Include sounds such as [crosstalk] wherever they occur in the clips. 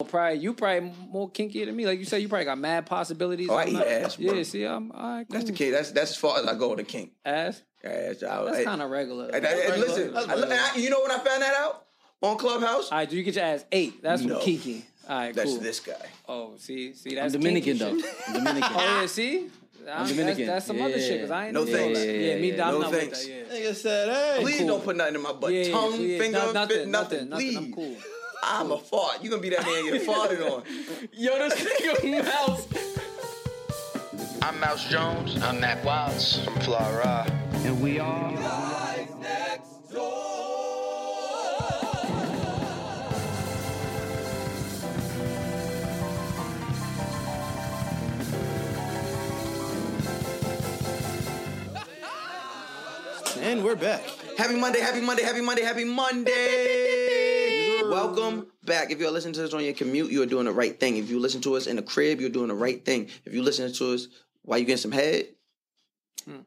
Well, probably you probably more kinkier than me. Like you said, you probably got mad possibilities. Oh, I I'm eat not- ass, bro. Yeah, see, I'm all right. That's the cool. kid. That's that's as far as I go with the kink. Ass. That's That's kind of regular. I, I, That's regular. listen, That's I- regular. and I- you know when I found that out on Clubhouse? all right, do you get your ass eight? That's No. what Kiki. All right, that's cool. this guy. Oh, see, see, I'm that's Dominican kinky though. shit. [laughs] I'm Dominican. Oh yeah, see, I'm Dominican. That's, that's some other Yeah. shit. Cause I ain't No know all thanks. that. Yeah, me, Yeah, I'm no not thanks. with that. Yeah. Nigga said, hey. Please don't put nothing in my butt. Yeah, yeah, Tongue, yeah. finger, No, nothing, nothing, nothing, nothing, nothing. Please. I'm cool. I'm a fart. You gonna be that [laughs] man get farted on. Yo, this [laughs] nigga mouse. I'm Mouse Jones. I'm Matt Wilds. I'm Fly And we are. And we're back. Happy Monday, happy Monday, happy Monday, [laughs] happy Monday. Welcome back. If you're listening to this on your commute, you're doing the right thing. If you listen to us in the crib, you're doing the right thing. If you listen to us while you getting some head, Hmm.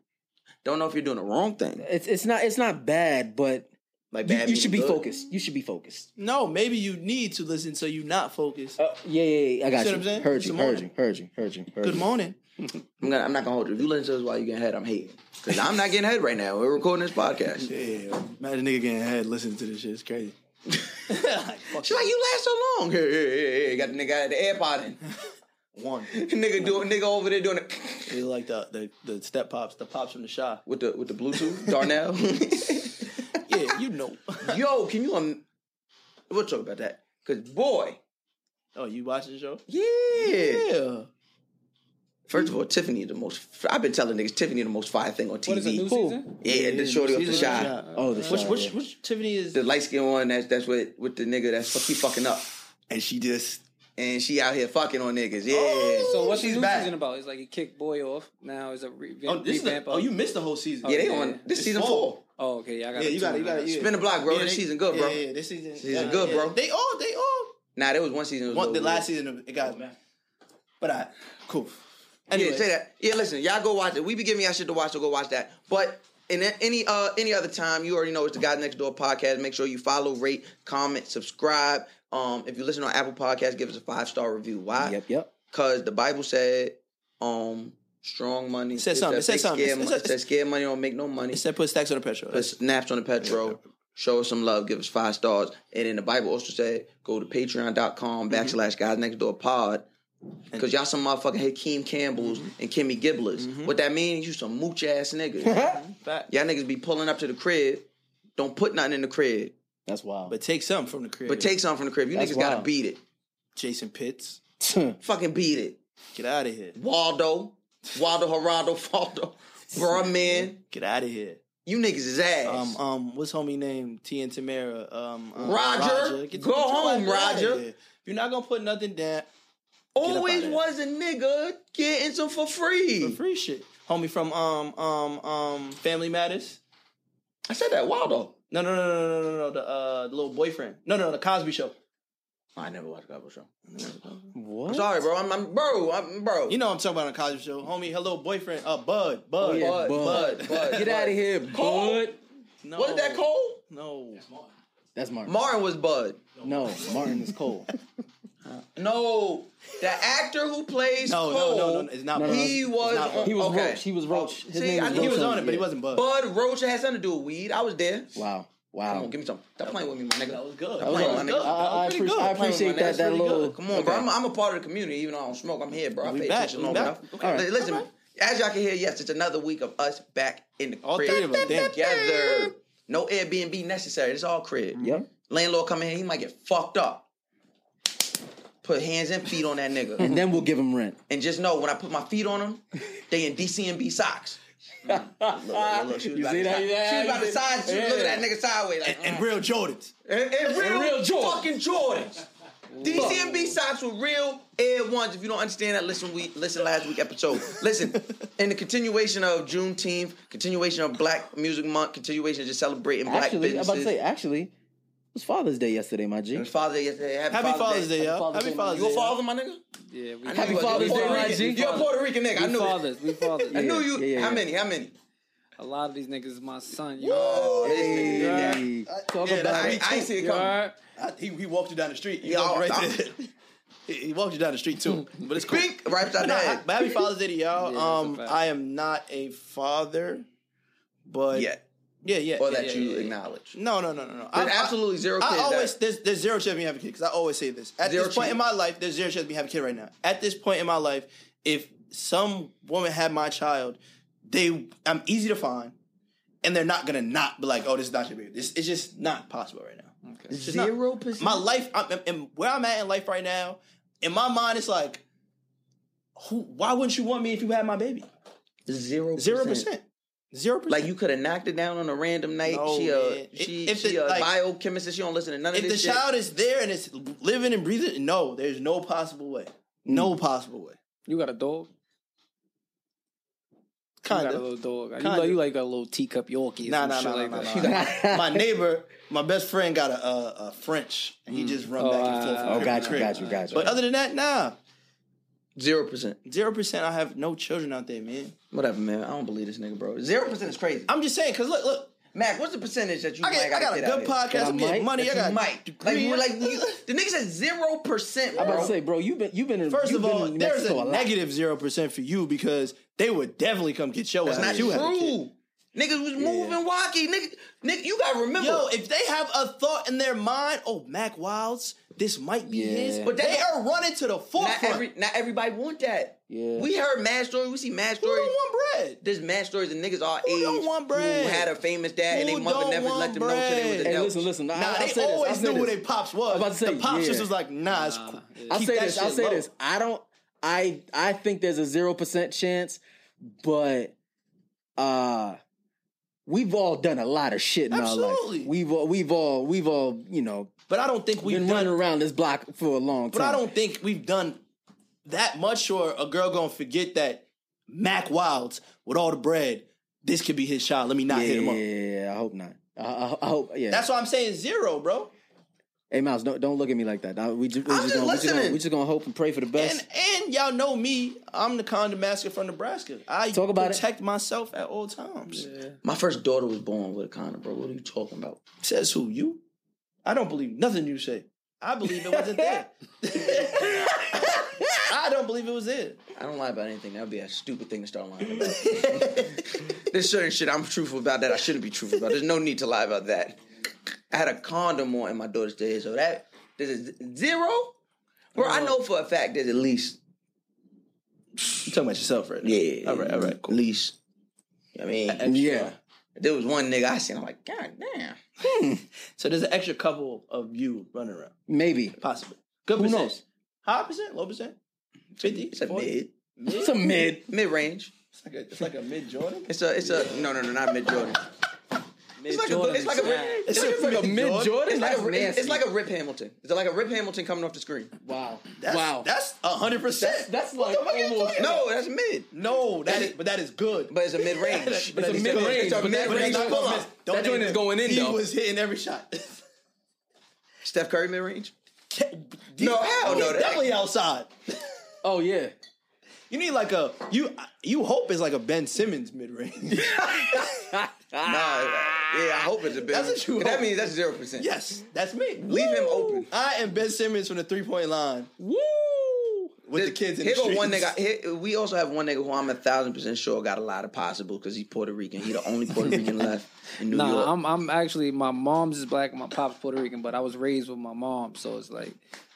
don't know if you're doing the wrong thing. It's it's not it's not bad, but Like you, bad you should be meaning good. focused. You should be focused. No, maybe you need to listen so you not focused. Uh, yeah, yeah, yeah, I got See you. what I'm saying? Heard It's you, the heard you, morning. heard you, heard you, heard Good you. morning. I'm, gonna, I'm not gonna hold you. If you listen to this while you getting head, I'm hating. Because I'm not getting head right now. We're recording this podcast. Yeah, imagine nigga getting head listening to this shit. It's crazy. She's like, you last so long. Hey, hey, hey, hey. Got the nigga out of the AirPod in. [laughs] One. [laughs] nigga, do, nigga over there doing it [laughs] It's like the, the the step pops, the pops from the shop. with the with the Bluetooth, Darnell. [laughs] [laughs] Yeah, you know. Yo, can you um we'll talk about that. Cause boy, [laughs] oh, you watching the show? yeah. Yeah. First of all, Tiffany the most I've been telling niggas Tiffany the most fire thing on TV. What is it? New season? Yeah, the shorty off the shot. Oh, the Which shot, which yeah. which Tiffany is? The light skin one that's that's with with the nigga that's fuck, keep fucking up. And she just And she out here fucking on niggas. Yeah. Oh. So what's the She's new back. season about? It's like he kicked boy off. Now it's a revamp. oh this is a, revamp oh of- you missed the whole season. Yeah, they Yeah. on this It's season fall. four. Oh, okay, yeah, I got yeah, you got it. You got it. Yeah. Spin the block, bro. Yeah, this they- season good, yeah, bro. Yeah, this season Season yeah, good, yeah. bro. They all they all Nah, there was one season. It was One, no the good. last season, it got But I cool. Yeah, Anyway, say that. Yeah, listen, y'all go watch it. We be giving y'all shit to watch, so go watch that. But in a- any uh any other time, you already know it's the Guys Next Door podcast. Make sure you follow, rate, comment, subscribe. Um, if you listen on Apple Podcasts, give us a five star review. Why? Yep, yep. Cause the Bible said, um, strong money. It said something. It said big something. scare It mon- said- it said scared money don't make no money. it said put stacks on the petrol. Put snaps on the petrol. Show us some love. Give us five stars. And then the Bible also said, go to Mm-hmm. patreon.com backslash guys next door pod. Because y'all some motherfucking Hakeem Campbells Mm-hmm. and Kimmy Gibblers. What that means, you some mooch ass niggas. [laughs] Fact. y'all niggas be pulling up to the crib. Don't put nothing in the crib. That's wild. But take some from the crib. But take something from the crib. You That's niggas gotta wild. beat it. Jason Pitts. Fucking beat it. Get out of here. Waldo. Waldo Geraldo [laughs] Faldo. Bruh man. Get out of here. You niggas is ass. Um, um, what's homie name? T and Tamara. Um, um, Roger, Get- go get your home, ass outta Roger. here. You're not gonna put nothing down. up Always outta there. was a nigga getting some for free. for free shit. Homie from um um um Family Matters. I said that Waldo. No no no no no no no the uh the little boyfriend. No no no the Cosby Show. I never watched Cosby Show. what? I'm sorry, bro. I'm, I'm bro. I'm bro. You know what I'm talking about on Cosby Show, homie. Hello boyfriend. Uh, Bud Bud. yeah, Bud, Bud. Oh, Bud, Bud. Get out of here, Cole? bud. No. Wasn't that Cole? No. That's Martin. Martin was Bud. no, Martin is Cole. No, the actor who plays [laughs] No, Cole. no, no, no, it's not Bud. He It's was. not Bud. He was okay. Roach. He was Roach. His See, name I was knew He Roach was on it, but he yeah. wasn't Bud. Bud Roach had something to do with weed. I was there. Wow, Come on, wow. give me some. Stop playing with me, my nigga. That was good. Stop playing with my That nigga. was good. I, I, pretty appreciate, good. I Come on, appreciate man, that. that's That pretty little. Come on, bro. I'm, I'm a part of the community, even though I don't smoke. I'm here, bro. I We paid back. attention We long back. enough. Okay. All right. Listen, as y'all can hear, yes, it's another week of us back in the All crib three of us. Damn. together. No Airbnb necessary. It's all crib. Yep. Landlord come in here, he might get fucked up. Put hands and feet on that nigga. And then we'll give him rent. and just know when I put my feet on him, they in DCMB [laughs] socks. look, look, look, she was You about see to that? side. Yeah, She was about you to did. side. She was looking at that nigga sideways. Like, mm. real Jordans. And, and real, And real Jordans. fucking Jordans. DCMB socks were real Air Ones. If you don't understand that, listen we listen last week episode. Listen, in the continuation of Juneteenth, continuation of Black Music Month, continuation of just celebrating Black Actually, I'm businesses. about to say, actually, it was Father's Day yesterday, my G. And Father's Day yesterday. Happy, Happy Father's Day, y'all. Happy Father's You a Day. father, my nigga? Yeah, we, Happy Father's Day, Rican. YG. You're a Puerto Rican nigga. I we knew it. fathers. We fathers. I knew you. Yeah, yeah, How yeah. many? How many? A lot of these niggas is my son. You know? Hey, yeah. Hey, Talk Yeah, about that's I, it. I ain't see it You coming. alright? I, he, he walked you down the street. He Yeah, walked you I- right there. he, he walked you down the street too. But it's cool. Bink, right But beside no, the I- head. but happy Father's Day to Yeah, y'all. that's a um, fact. I am not a father, but Yeah. yeah, yeah, Or yeah, that yeah, you yeah, yeah. acknowledge. No, no, no, no, no. There's absolutely zero I kids always that- there's, there's zero chance of me having a kid because I always say this. At Zero this point chance. in my life, there's zero chance of me having a kid right now. At this point in my life, if some woman had my child, they I'm easy to find, and they're not gonna not be like, oh, this is not your baby. This it's just not possible right now. It's just not. Zero percent. My life, I'm, I'm- and where I'm at in life right now, in my mind, it's like, who? Why wouldn't you want me if you had my baby? Zero. Zero percent. Zero percent. Like you could have knocked it down on a random night. No, she man. a she, If- if she the- a like- biochemist. and She don't listen to none of if the this shit. child is there and it's living and breathing, no, there's no possible way. No possible way. You got a dog? Kind You got a of. little dog. You Kinda. like, you like a little teacup Yorkie. Nah, nah, shit nah, nah, like nah, that. nah, nah. My neighbor, my best friend, got a, a, a French, and he just run back and forth. from Oh, crib to got you, crib. got you, got you. But other than that, nah, Zero percent. zero percent. I have no children out there, man. Whatever, man. I don't believe this nigga, bro. Zero percent is crazy. I'm just saying, cause look, look, Mac, what's the percentage that you I, might get, I got a get out good here? podcast. I'm I getting might, money. I You got might. Like, degree. we're like you, the nigga said zero percent, I'm about bro. to say, bro, you've been you've been in First you've of been all, in there's Mexico a lot. negative zero percent for you because they would definitely come get your That's ass. not if you had a kid. true. Niggas was moving wacky. Nigga, nigga, you gotta remember. Yo, if they have a thought in their mind, oh, Mac Wilds, this might be Yeah. his, but But they that- are running to the not forefront. every, not everybody want that. Yeah. We heard mad stories. We see mad Who stories. don't want bread? There's mad stories of niggas our Who age don't want bread? who had a famous dad and Who they mother don't never want let them know till they was bread? adults. Hey, Hey, listen, listen. I, Nah, I'll they say always this, I'll say knew who this. they pops was. I'm about to say, the pops yeah. just was like, nah, it's cool. I'll Keep say that this. I'll shit say low. this. I don't. I I think there's a zero percent chance, but uh, we've all done a lot of shit in our Absolutely. life. We've all, we've all we've all you know But I don't think we've been done. running around this block for a long time. But I don't think we've done that much, or a girl gonna forget that Mac Wilds with all the bread. This could be his shot. Let me not Yeah, hit him up. I hope not. I, I, I hope. Yeah. That's why I'm saying zero, bro. hey, Miles, don't don't look at me like that. Nah, We just we I'm just just gonna we just gonna, listening. we just gonna hope and pray for the best. And and y'all know me, I'm the condom master from Nebraska. I Talk about it. protect myself at all times. My first daughter was born with a condom, bro. What are you talking about? Says who? You? I don't believe nothing you say. I believe it wasn't [laughs] there. I don't believe it was there. I don't lie about anything. That would be a stupid thing to start lying about. [laughs] There's certain shit I'm truthful about that I shouldn't be truthful about. There's no need to lie about that. I had a condom on in my daughter's day, so that there's a zero. Bro, I know for a fact there's at least You talking about yourself right now? yeah. All right, all right, cool. At least. I mean, yeah. there was one nigga I seen. I'm like, God damn. Hmm. So there's an extra couple of you running around. Maybe Possibly. Good Who percent. knows? High percent? Low percent? 50? It's a 40? mid, it's a mid. mid range. It's like a, it's like a mid Jordan. It's a, it's a no, no, no, not mid Jordan. It's like a, it's like a, it's like a Like a mid Jordan. It's like, That's a, it's, nasty. it's like a Rip Hamilton. It's like a Rip Hamilton coming off the screen. wow. That's, wow. That's hundred percent. that's like almost No, that's mid. no. That is, but that is good. But it's a mid [laughs] range. But It's a it's mid range. it's a But mid-range it's not pull-up. gonna miss. Don't That joint name is it. going in, He though. was hitting every shot. [laughs] Steph Curry mid range. no, hell He's no, that- definitely outside. [laughs] Oh yeah. You need like a you. You hope it's like a Ben Simmons mid [laughs] range. Nah, yeah, I hope it's a mid. That's what you That hope. means that's zero percent. yes, that's me. Leave him open. I am Ben Simmons from the three point line. Woo! With the kids in here the go streets. one nigga. Here, we also have one nigga who I'm a thousand percent sure got a lot of possible because he's Puerto Rican. He the [laughs] only Puerto Rican left in New York. Nah, I'm I'm actually my mom's is black, my pop's Puerto Rican, but I was raised with my mom, so it's like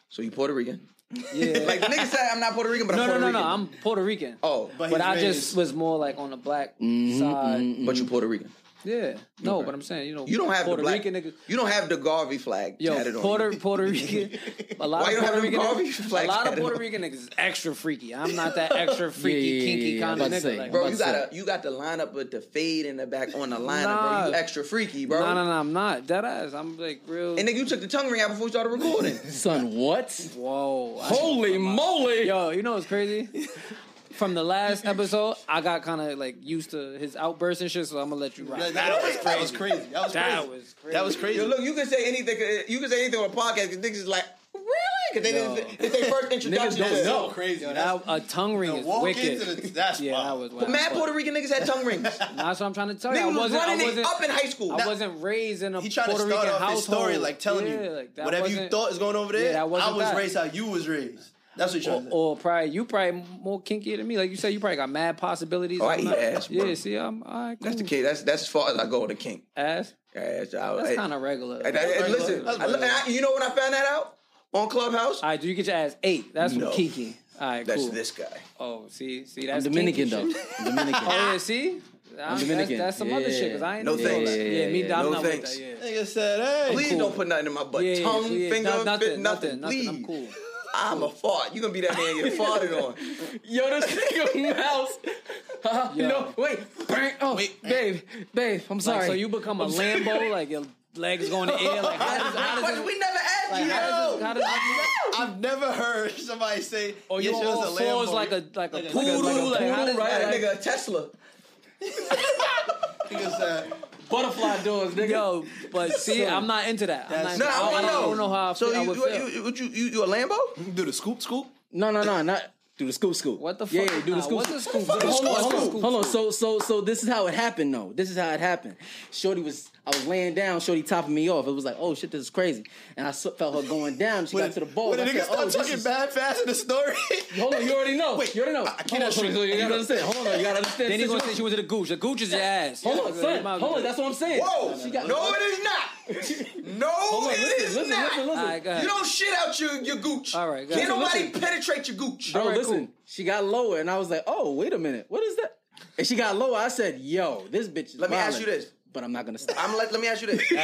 so you Puerto [laughs] Rican? yeah. Like the nigga said, I'm not Puerto Rican, but no, I'm no, Puerto no, Rican. no. I'm Puerto Rican. oh, Mm-hmm, But but, but he's I raised- just was more like on the black side. you Puerto Rican. Yeah. No, but I'm saying, you know, You don't have Puerto the black. Rican niggas. You don't have the Garvey flag tatted Yo, on Puerto you. Puerto [laughs] Rican. A lot Why you of don't have Puerto them Rican. Garvey A flags lot of tatted Puerto on? Rican niggas is extra freaky. I'm not [laughs] that extra freaky, Yeah, yeah, yeah, kinky yeah, I kind was of about to nigga. say. Like, Bro, About you to got say. to you got the lineup with the fade in the back on the lineup, bro. Nah. You extra freaky, bro. no, no, no, I'm not dead ass. I'm like real. And nigga, you took the tongue ring out before we started [laughs] recording. Son, what? Whoa! I- Holy moly! Yo, you know what's crazy? From the last episode, I got kind of like used to his outbursts and shit, so I'm gonna let you Like, ride. that, was that was crazy. That was crazy. That was crazy. That was crazy. Yo, look, you can say anything. uh, You can say anything on a podcast because niggas is like, really? Because they Yo. didn't- it's their [laughs] first introduction. don't to- so crazy. That, a tongue ring the is walk wicked. into the- that's yeah, wild. that was wild. Mad But Puerto Rican niggas had tongue rings. That's what I'm trying to tell you. Niggas I was wasn't, I running it wasn't up in high school. I Now- wasn't raised in a He tried Puerto to start Rican off household. his story like telling Yeah, you like, that whatever you wasn't- thought is going over Yeah, there. that I wasn't was that. raised how you was raised. That's what you're Or, trying to or probably you probably more kinky than me. Like you said, you probably got mad possibilities. Oh, I I'm eat not- ass, bro. Yeah, see, I'm all right, cool. [laughs] That's the kid. That's that's as far as I go with the king. ass. That's That's kind of regular. Listen, That's I- and I- you know when I found that out on Clubhouse? All right, do you get your ass eight? That's No. what kinky. All right, That's cool. this guy. Oh, see, see, that's I'm Dominican though. kinky shit. [laughs] I'm Dominican. Oh yeah, see, I'm Dominican. That's, that's some other Yeah. shit because I ain't No into all thanks. that. Yeah, Yeah, me, yeah, I'm no not thanks. with that. Yeah. do. Nigga said, "Hey, [laughs] Please don't put nothing in my butt. Yeah, yeah, Tongue, yeah, finger, no- nothing, nothing, fit, nothing, nothing. nothing. I'm Please. cool. I'm a fart. You gonna be that man get farted on? Yo, [laughs] this nigga mouse. Uh, Yo. No, wait. Bang. Oh, Wait. babe, babe. I'm sorry. Like, so you become a [laughs] Lambo, like your legs go in the air. Like how does, how does But this- we never asked like, you how that. does this- how does this- I've never heard somebody say Or you yes, on yours all a fours Lambo. like [laughs] a like a Like a- poodle, like a like how does poodle, right? That like- nigga a Tesla. Nigga said, [laughs] butterfly doors, nigga. Yo, but see, I'm not into that. I'm not That's- into No, that. I I, want don't, to know. I don't know how I so feel. I would you, feel. you, you, you, you, you a Lambo? do the scoop, scoop. No, no, no, not do the scoop, scoop. what the fuck? Yeah, yeah, do the Nah, scoop. What's the scoop? Hold on, What's the hold on, scoop? hold on. So, so, so this is how it happened, though. This is how it happened. Shorty was, I was laying down. Shorty topping me off. It was like, oh shit, this is crazy. And I s- felt her going down. She got to the ball. When I the nigga said, oh, start this talking is- bad fast in the story, [laughs] Hold on, you already know. Wait, you already know. I- I can't Hold on, shoot. hold on, you gotta understand. Hold on, you gotta understand. Then the he's gonna say situation. she went to the gooch. The gooch is your ass. Hold on, Yeah, son. you might as Hold well. on, that's what I'm saying. Whoa! She got- no, it is not. No, Hold on, it listen, is listen, not. listen, listen. All right, go ahead. You don't shit out your, your gooch. All right, go Can't ahead. nobody Listen. penetrate your gooch. Bro, Alright, listen, cool. she got lower, and I was like, oh, wait a minute, what is that? And she got lower. I said, yo, this bitch is. Let me ask you violent. this. But I'm not gonna stop. I'm let, let me ask you this. let me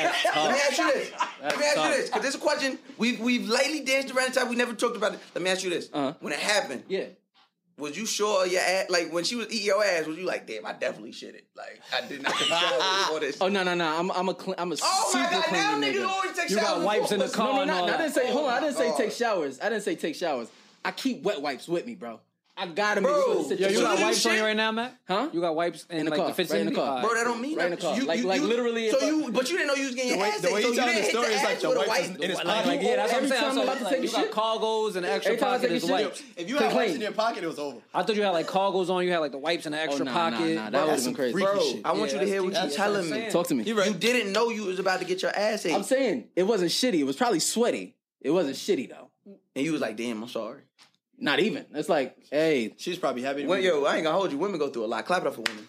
ask you this. let me ask you this. Because this is a question we've we've lightly danced around the time. We never talked about it. Let me ask you this. Uh-huh. When it happened, yeah. was you sure your ass like when she was eating your ass, was you like, damn, I definitely shit it. Like I did not control for this. [laughs] Oh no no no! I'm I'm a cl- I'm a Oh super my god, clean now nigga. niggas always take You showers. got wipes in the before- car. No, no, and all no. I that. didn't say. hold on. I didn't say God. take showers. I didn't say take showers. I keep wet wipes with me, bro. I gotta make Bro, sure the yo, You situation. got do wipes on shit? you right now, Matt? Huh? You got wipes in, In the like car, the right in the vicinity? car. All right. Bro, that don't mean Right in the nothing. car. Like- like literally So if I- you, but you didn't know you was getting The way- ass. the way ate, so you telling didn't the hit story is ass like the with a wipes wipe. is- it is Like, Like, like, yeah, that's what I'm Every saying. time So, I'm about to like, take a you got shit. cargos and the extra Every time I pocket take a is shit, wipes. if you had Complain. wipes in your pocket, it was over. I thought you had like cargos on. You had like the wipes in the extra Oh, nah, nah, pocket. nah, that Bro, would've been crazy. freaky Bro, shit. I want you to hear what you're that's what I'm telling me. saying. Talk to me. You're right. You didn't know you was about to get your ass ate, I'm saying it wasn't shitty. It was probably sweaty. It wasn't shitty though. and you was like, "Damn, I'm sorry." Not even. It's like, hey, She's probably happy. to Well, be- yo, I ain't gonna hold you. Women go through a lot. Clap it up for women.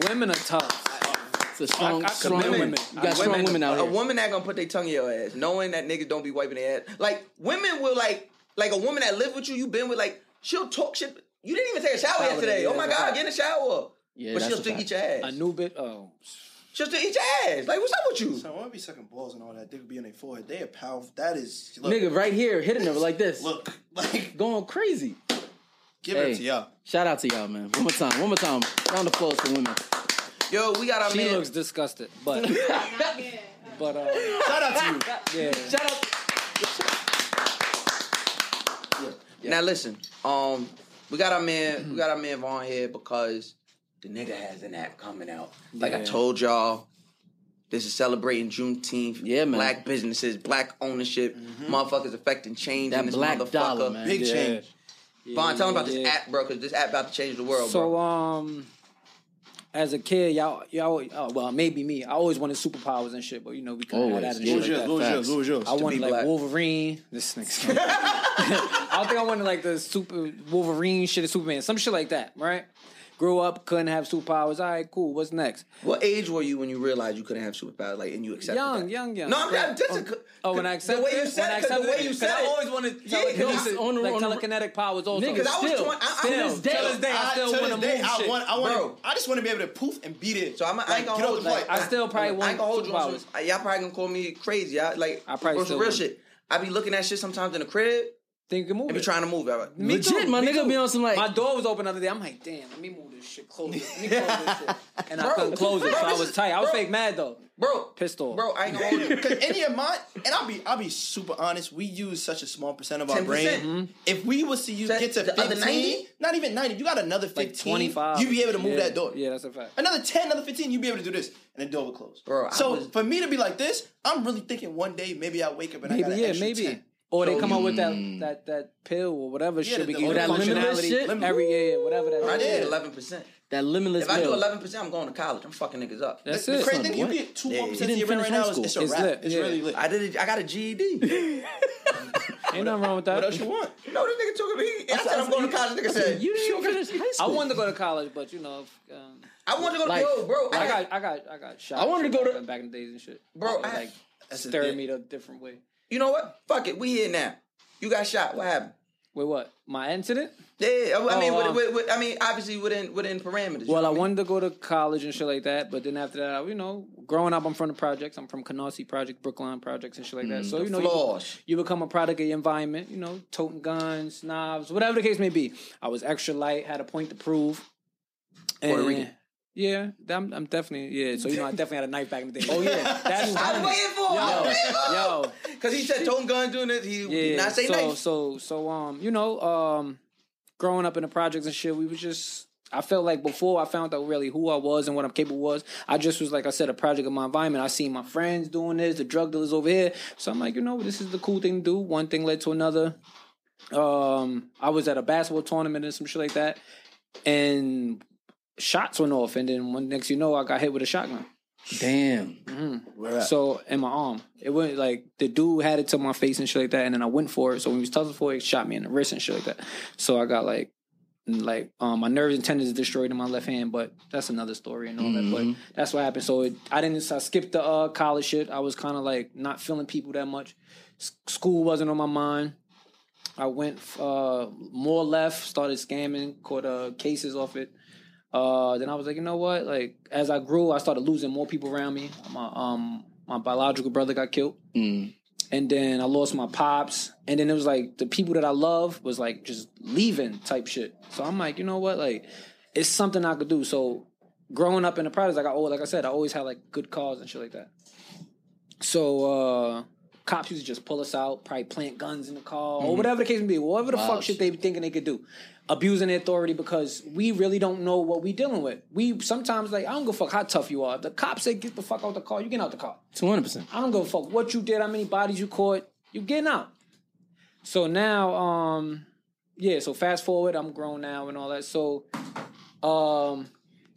The women are tough. it's a strong, I strong commend women. women. You got strong women out a here. woman that gonna put their tongue in your ass, knowing that niggas don't be wiping their ass. Like women will like, like a woman that live with you, you been with, like she'll talk shit. You didn't even take a shower yesterday. yeah, oh my that's god, right. get in the shower. Yeah, but that's she'll a still fact. eat your ass. A new bit. Oh, She'll still eat your ass. Like what's up with you? I want to be sucking balls and all that. They could be on their forehead. They are powerful. That is look, Nigga, right here, hitting her like this, Look, [laughs] like going crazy. give it Hey, to y'all. shout out to y'all, man. One more time, one more time. Round of applause for women. Yo, we got our she man. looks disgusted. [laughs] But [laughs] but uh, Shout out to you. yeah. Shout out. Now listen, um, we got our man, Mm-hmm. we got our man Vaughn here because the nigga has an app coming out. Like I Yeah. told y'all, this is celebrating Juneteenth. Yeah, man. Black businesses, black ownership, Mm-hmm. motherfuckers affecting change That in this black motherfucker. dollar, man. Big Yeah. change. Vaughn, tell me about this Yeah. app, bro, because this app about to change the world, So bro. um, as a kid, y'all y'all uh, well maybe me. I always wanted superpowers and shit, but you know we couldn't have that Always. and What shit. was yours? like that. What was yours? What was yours? I wanted like black. Wolverine. This nigga. [laughs] I think I wanted like the super Wolverine shit of Superman, some shit like that, right? grew up, couldn't have superpowers. All right, cool. What's next? What age were you when you realized you couldn't have superpowers? Like, and you accepted Young, that? young, young. No, I'm Yeah. not. Just Oh. Oh, when I the accepted way you it, when I said it, 'cause the accepted way it, you 'cause said I it. always wanted Yeah, 'cause telekinesis, I- on the- like on the- telekinetic powers also. Nigga, 'Cause I was still, twenty- I- I- still this day, to this day, I still to wanna this day, move I shit. want, I Bro. want, I just want to be able to poof and beat it. So I'm, I ain't Like, gonna get off hold the you. Like, flight. I still probably I ain't want gonna hold you. On superpowers. some, y'all probably gonna call me crazy. I like. I probably on some still real would. shit. I be looking at shit sometimes in the crib Think you can move and be it. trying to move. All right. Me Legit, my me nigga be on some, like- My door was open the other day. I'm like, damn, let me move this shit closer. Let me close this [laughs] shit. And I Bro, couldn't close it, bro, so I this was is- tight. I was bro. fake mad though. bro. Pissed off. Bro, I ain't gonna [laughs] hold you. Cause in your mind, and I'll be I'll be super honest, we use such a small percent of our 10%. brain. Mm-hmm. If we was to use That- get to the other 15, 90? not even 90, you got another 15, Like 25. you'd be able to move Yeah. that door. Yeah, that's a fact. Another 10, another 15, you'd be able to do this, and the door would close. Bro, I so was- for me to be like this, I'm really thinking one day maybe I'll wake up and I Maybe got an yeah, extra maybe. 10. Or they come up with that that that pill or whatever Yeah, shit we the- give oh, you that limitless shit? functionality every year, whatever that. I is. did eleven percent. That limitless. If I do mill. eleven percent, I'm going to college. I'm fucking niggas up. That's The it. crazy thing, you What? get two Yeah, more you percent of didn't your brain finish right high now. It's, school. it's a It's wrap. lit, It's yeah. really lit. I did. It, I got a E [laughs] GED. Ain't nothing wrong with what else you that. want? no, this nigga took me. I said I'm going to college. Nigga said You didn't even finish high I school. wanted to go to college, but you know, if, um, I wanted to go to Like- yo, bro. I I got got I got I got shot. I wanted to go to- back in the days and shit. bro. They, I, like That's the staring thing. me a different way. you know what? Fuck it. We here now. You got shot. What happened? Wait, what? My incident? Yeah, I mean, Oh, with- um, with- with- I mean, obviously within within parameters. Well, I wanted to go to college and shit like that, but then after that, I, you know, growing up, I'm from the projects. I'm from Canarsie Project, Brookline Projects, and shit like that. so you know, you, flaws. you become a product of your environment. You know, toting guns, knives, whatever the case may be. I was extra light, had a point to prove. Puerto And- Rican. Eh, Yeah, I'm, I'm definitely yeah. So you know, I definitely had a knife back in the [laughs] day. Oh yeah, [laughs] that's I was waiting for him. yo, Because he said Tone Gun doing this. He yeah. did not say so, knife. So so um, you know, um growing up in the projects and shit, we was just I felt like before I found out really who I was and what I'm capable was, I just was like I said, a project of my environment. I seen my friends doing this, the drug dealers over here. So I'm like, you know, this is the cool thing to do. One thing led to another. Um, I was at a basketball tournament and some shit like that, and shots went off, and then one next you know, I got hit with a shotgun. Damn. So in my arm, it went like the dude had it to my face and shit like that, and then I went for it. So when he was tussling for it, it shot me in the wrist and shit like that. So I got like, like um, my nerves and tendons destroyed in my left hand, but that's another story and all that. But that's what happened. So it, I didn't. So I skipped the uh, college shit. I was kind of like not feeling people that much. S- school wasn't on my mind. I went uh, more left, started scamming, caught uh, cases off it. Uh, then I was like, you know what? Like as I grew, I started losing more people around me. My um my biological brother got killed, and then I lost my pops, and then it was like the people that I love was like just leaving type shit. So I'm like, you know what? Like it's something I could do. So growing up in the projects, like I always, like I said, I always had like good cause and shit like that. So uh cops used to just pull us out, probably plant guns in the car or whatever the case may be, whatever the fuck shit they be thinking they could do. Abusing their authority because we really don't know what we dealing with. We sometimes like I don't give a fuck how tough you are. If the cops say get the fuck out the car, you get out the car. Two hundred percent. I don't give a fuck what you did, how many bodies you caught, you getting out. So now, um, yeah, so fast forward, I'm grown now and all that. So um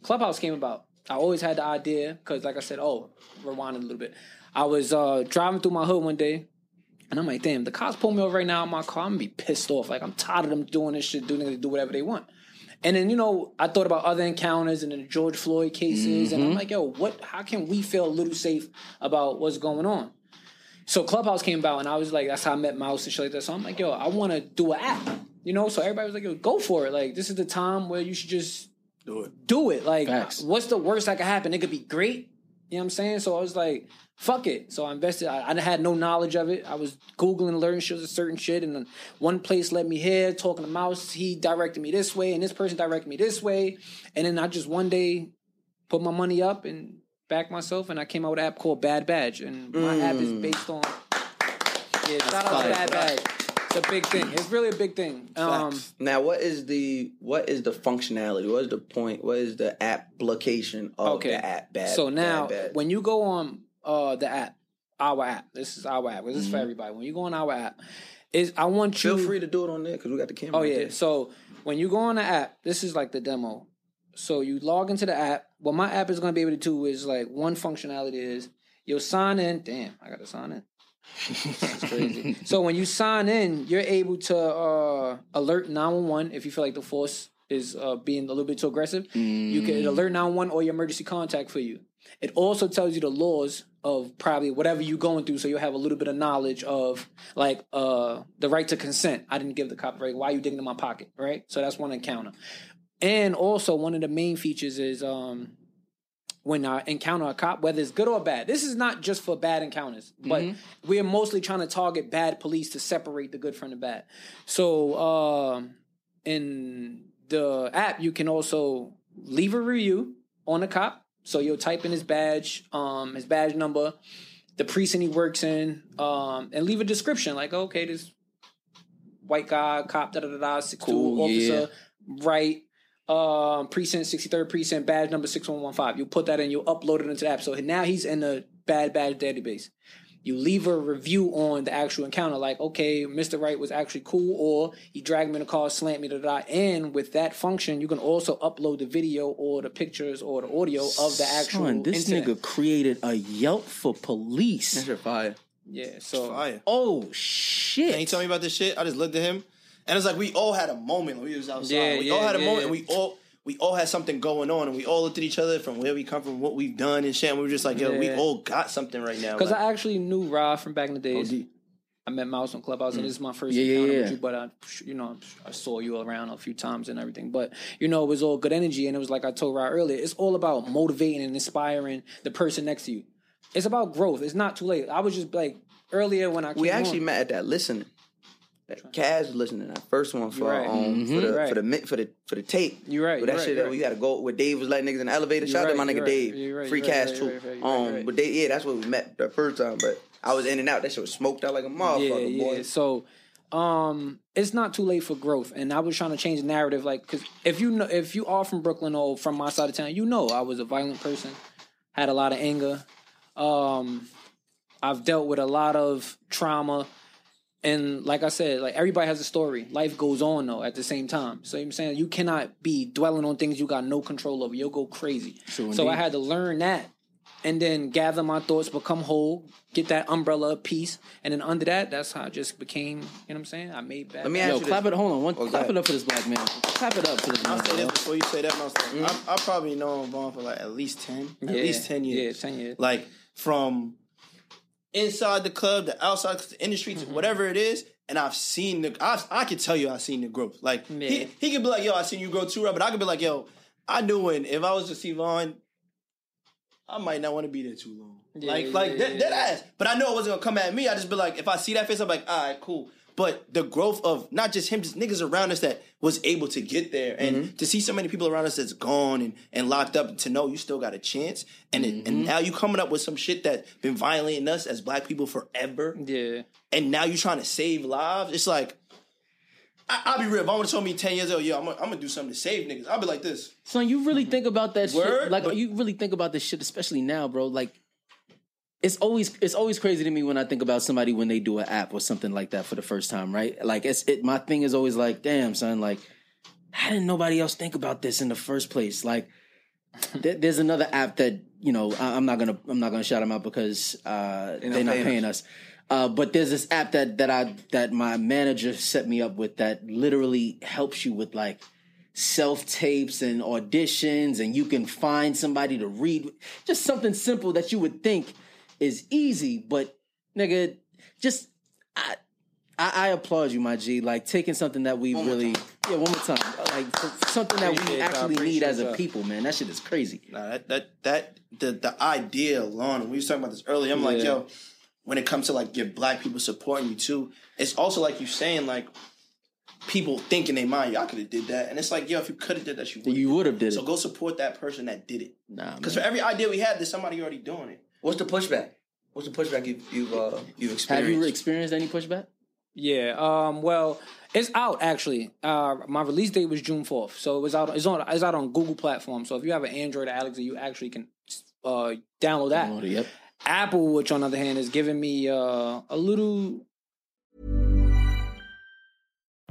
Clubhouse came about. I always had the idea, because like I said, oh, rewind a little bit. I was uh driving through my hood one day, and I'm like, damn, the cops pull me over right now in my car, I'm gonna be pissed off. Like I'm tired of them doing this shit, doing they do whatever they want. And then you know, I thought about other encounters and then the George Floyd cases, and I'm like, yo, what? How can we feel a little safe about what's going on? So Clubhouse came about, and I was like, that's how I met Mouse and shit like that. So I'm like, yo, I want to do an app, you know. So everybody was like, yo, go for it. Like this is the time where you should just do it. Do it. Like, Facts. what's the worst that could happen? It could be great. You know what I'm saying? So I was like, fuck it. So I invested. I, I had no knowledge of it. I was Googling, learning shit, certain shit. And then one place led me here, talking to Mouse. He directed me this way, and this person directed me this way. And then I just one day put my money up and backed myself, and I came out with an app called Bad Badge. And my app is based on. Yeah, Mm. shout out to Bad Badge. It's a big thing. It's really a big thing. Um, Now, what is the what is the functionality? What is the point? What is the application of okay. the app? Bad, so now, bad, bad? when you go on uh, the app, our app, this is our app. This is for everybody. When you go on our app, is I want you. Mm-hmm. feel free to do it on there because we got the camera. Oh right yeah. there. So when you go on the app, this is like the demo. So you log into the app. What my app is going to be able to do is like one functionality is you'll sign in. Damn, I got to sign in. This is crazy. so when you sign in, you're able to uh, alert 911 if you feel like the force is uh, being a little bit too aggressive, you can it'll alert 911 or your emergency contact for you. It also tells you the laws of probably whatever you're going through, so you'll have a little bit of knowledge of like uh, the right to consent. I didn't give the cop a break. Why you digging in my pocket, right? So that's one encounter. And also, one of the main features is um, when I encounter a cop, whether it's good or bad. This is not just for bad encounters, but Mm-hmm. we are mostly trying to target bad police to separate the good from the bad. So um, in the app, you can also leave a review on the cop. So you'll type in his badge, um, his badge number, the precinct he works in, um, and leave a description like, okay, this white guy, cop, da da da da, six two Cool, yeah. officer, right, um, precinct, sixty third precinct, badge number six one one five. You put that in, you upload it into the app. So now he's in the bad badge database. You leave a review on the actual encounter, like, okay, Mr. Wright was actually cool, or he dragged me in the car, slammed me, da da. da. And with that function, you can also upload the video or the pictures or the audio of the actual Son, this incident. nigga created a Yelp for police. That's your fire. Yeah, so Fire. Oh And he shit! told me about this shit. I just looked at him, and it's like we all had a moment. when We was outside. Yeah, we yeah, all had a yeah, moment, yeah. and we all we all had something going on, and we all looked at each other from where we come from, what we've done, and shit. And we were just like, yo, we Yeah. all got something right now. because Like, I actually knew Rob from back in the days. OD. I met Miles on Clubhouse, and this is my first Yeah, yeah, encounter yeah. with you. But I, you know, I saw you around a few times and everything. But you know, it was all good energy, and it was like I told Rob earlier. It's all about motivating and inspiring the person next to you. It's about growth. It's not too late. I was just like earlier when I came We actually on, met at that listening. That Cavs listening, that first one for You're our right. own for the Right. for the mi- for the for the tape. You're right, With that you're shit right, that we you're gotta go where Dave was like niggas in the elevator. Shout out to right, my nigga you're right, Dave. you're right, Free you're right, Cavs you're too. right, you're right, um you're right. but they yeah, that's where we met the first time, but I was in and out, that shit was smoked out like a yeah, motherfucker, yeah. boy. So, um, it's not too late for growth. And I was trying to change the narrative, like, because if you know, if you are from Brooklyn or from my side of town, you know, I was a violent person, had a lot of anger. Um, I've dealt with a lot of trauma. And like I said, like everybody has a story. Life goes on though at the same time. So you know what I'm saying you cannot be dwelling on things you got no control over. You'll go crazy. so I had to learn that and then gather my thoughts, become whole, get that umbrella of peace, and then under that, that's how I just became. You know what I'm saying? I made bad. Let me ask Yo, you clap this. it. Hold on, one, clap ahead. it up for this black man. Clap it up for this I'll man. say this yo. before you say that, Monster. I, I probably know him Vaughn for like at least ten, at Mm-hmm. Yeah. least ten years. Yeah, 10 years. Like from inside the club, the outside the industry, Mm-hmm. to whatever it is. And I've seen the, I've, I could tell you I've seen the growth. Like Yeah. he, he could be like, yo, I seen you grow too, right? But I could be like, yo, I knew when if I was to see Vaughn, I might not want to be there too long. like, like that, that ass. But I know it wasn't gonna come at me. I just be like, if I see that face, I'm like, all right, cool. But the growth of not just him, just niggas around us that was able to get there, and to see so many people around us that's gone and, and locked up, to know you still got a chance, and it, and now you coming up with some shit that been violating us as black people forever, Yeah, and now you trying to save lives. It's like, I, I'll be real. If I would have told me ten years old, yo, I'm gonna, I'm gonna do something to save niggas, I'll be like this. Son, you really think about that shit. Word, Like but- you really think about this shit, especially now, bro. Like it's always it's always crazy to me when I think about somebody when they do an app or something like that for the first time, right? Like it's it my thing is always like, damn, son, like how didn't nobody else think about this in the first place? Like there- there's another app that, you know, I, I'm not gonna I'm not gonna shout them out because uh they're not, paying paying us. Uh, but there's this app that that I that my manager set me up with that literally helps you with like self tapes and auditions, and you can find somebody to read. Just something simple that you would think is easy, but nigga, just I I, I applaud you, my G. Like taking something that we really yeah one more time like for- something that Appreciate it, we I actually need appreciate as a that. people, man. That shit is crazy. Nah, Uh, that that that the the idea alone. and We was talking about this earlier. I'm like, Yeah. yo, when it comes to like your black people supporting you too, it's also like you saying like people think in their mind, y'all could have did that, and it's like, yo, if you could have did that, you would. You would have did So it. go support that person that did it. Nah, Because man. for every idea we had, there's somebody already doing it. What's the pushback? What's the pushback you've you've uh, you've experienced? Have you experienced any pushback? yeah. Um, well, it's out actually. Uh, my release date was June fourth, so it was out. It's on. It's out on Google platform. So if you have an Android or Alexa, you actually can uh download that. Yep. Apple, which on the other hand is giving me uh a little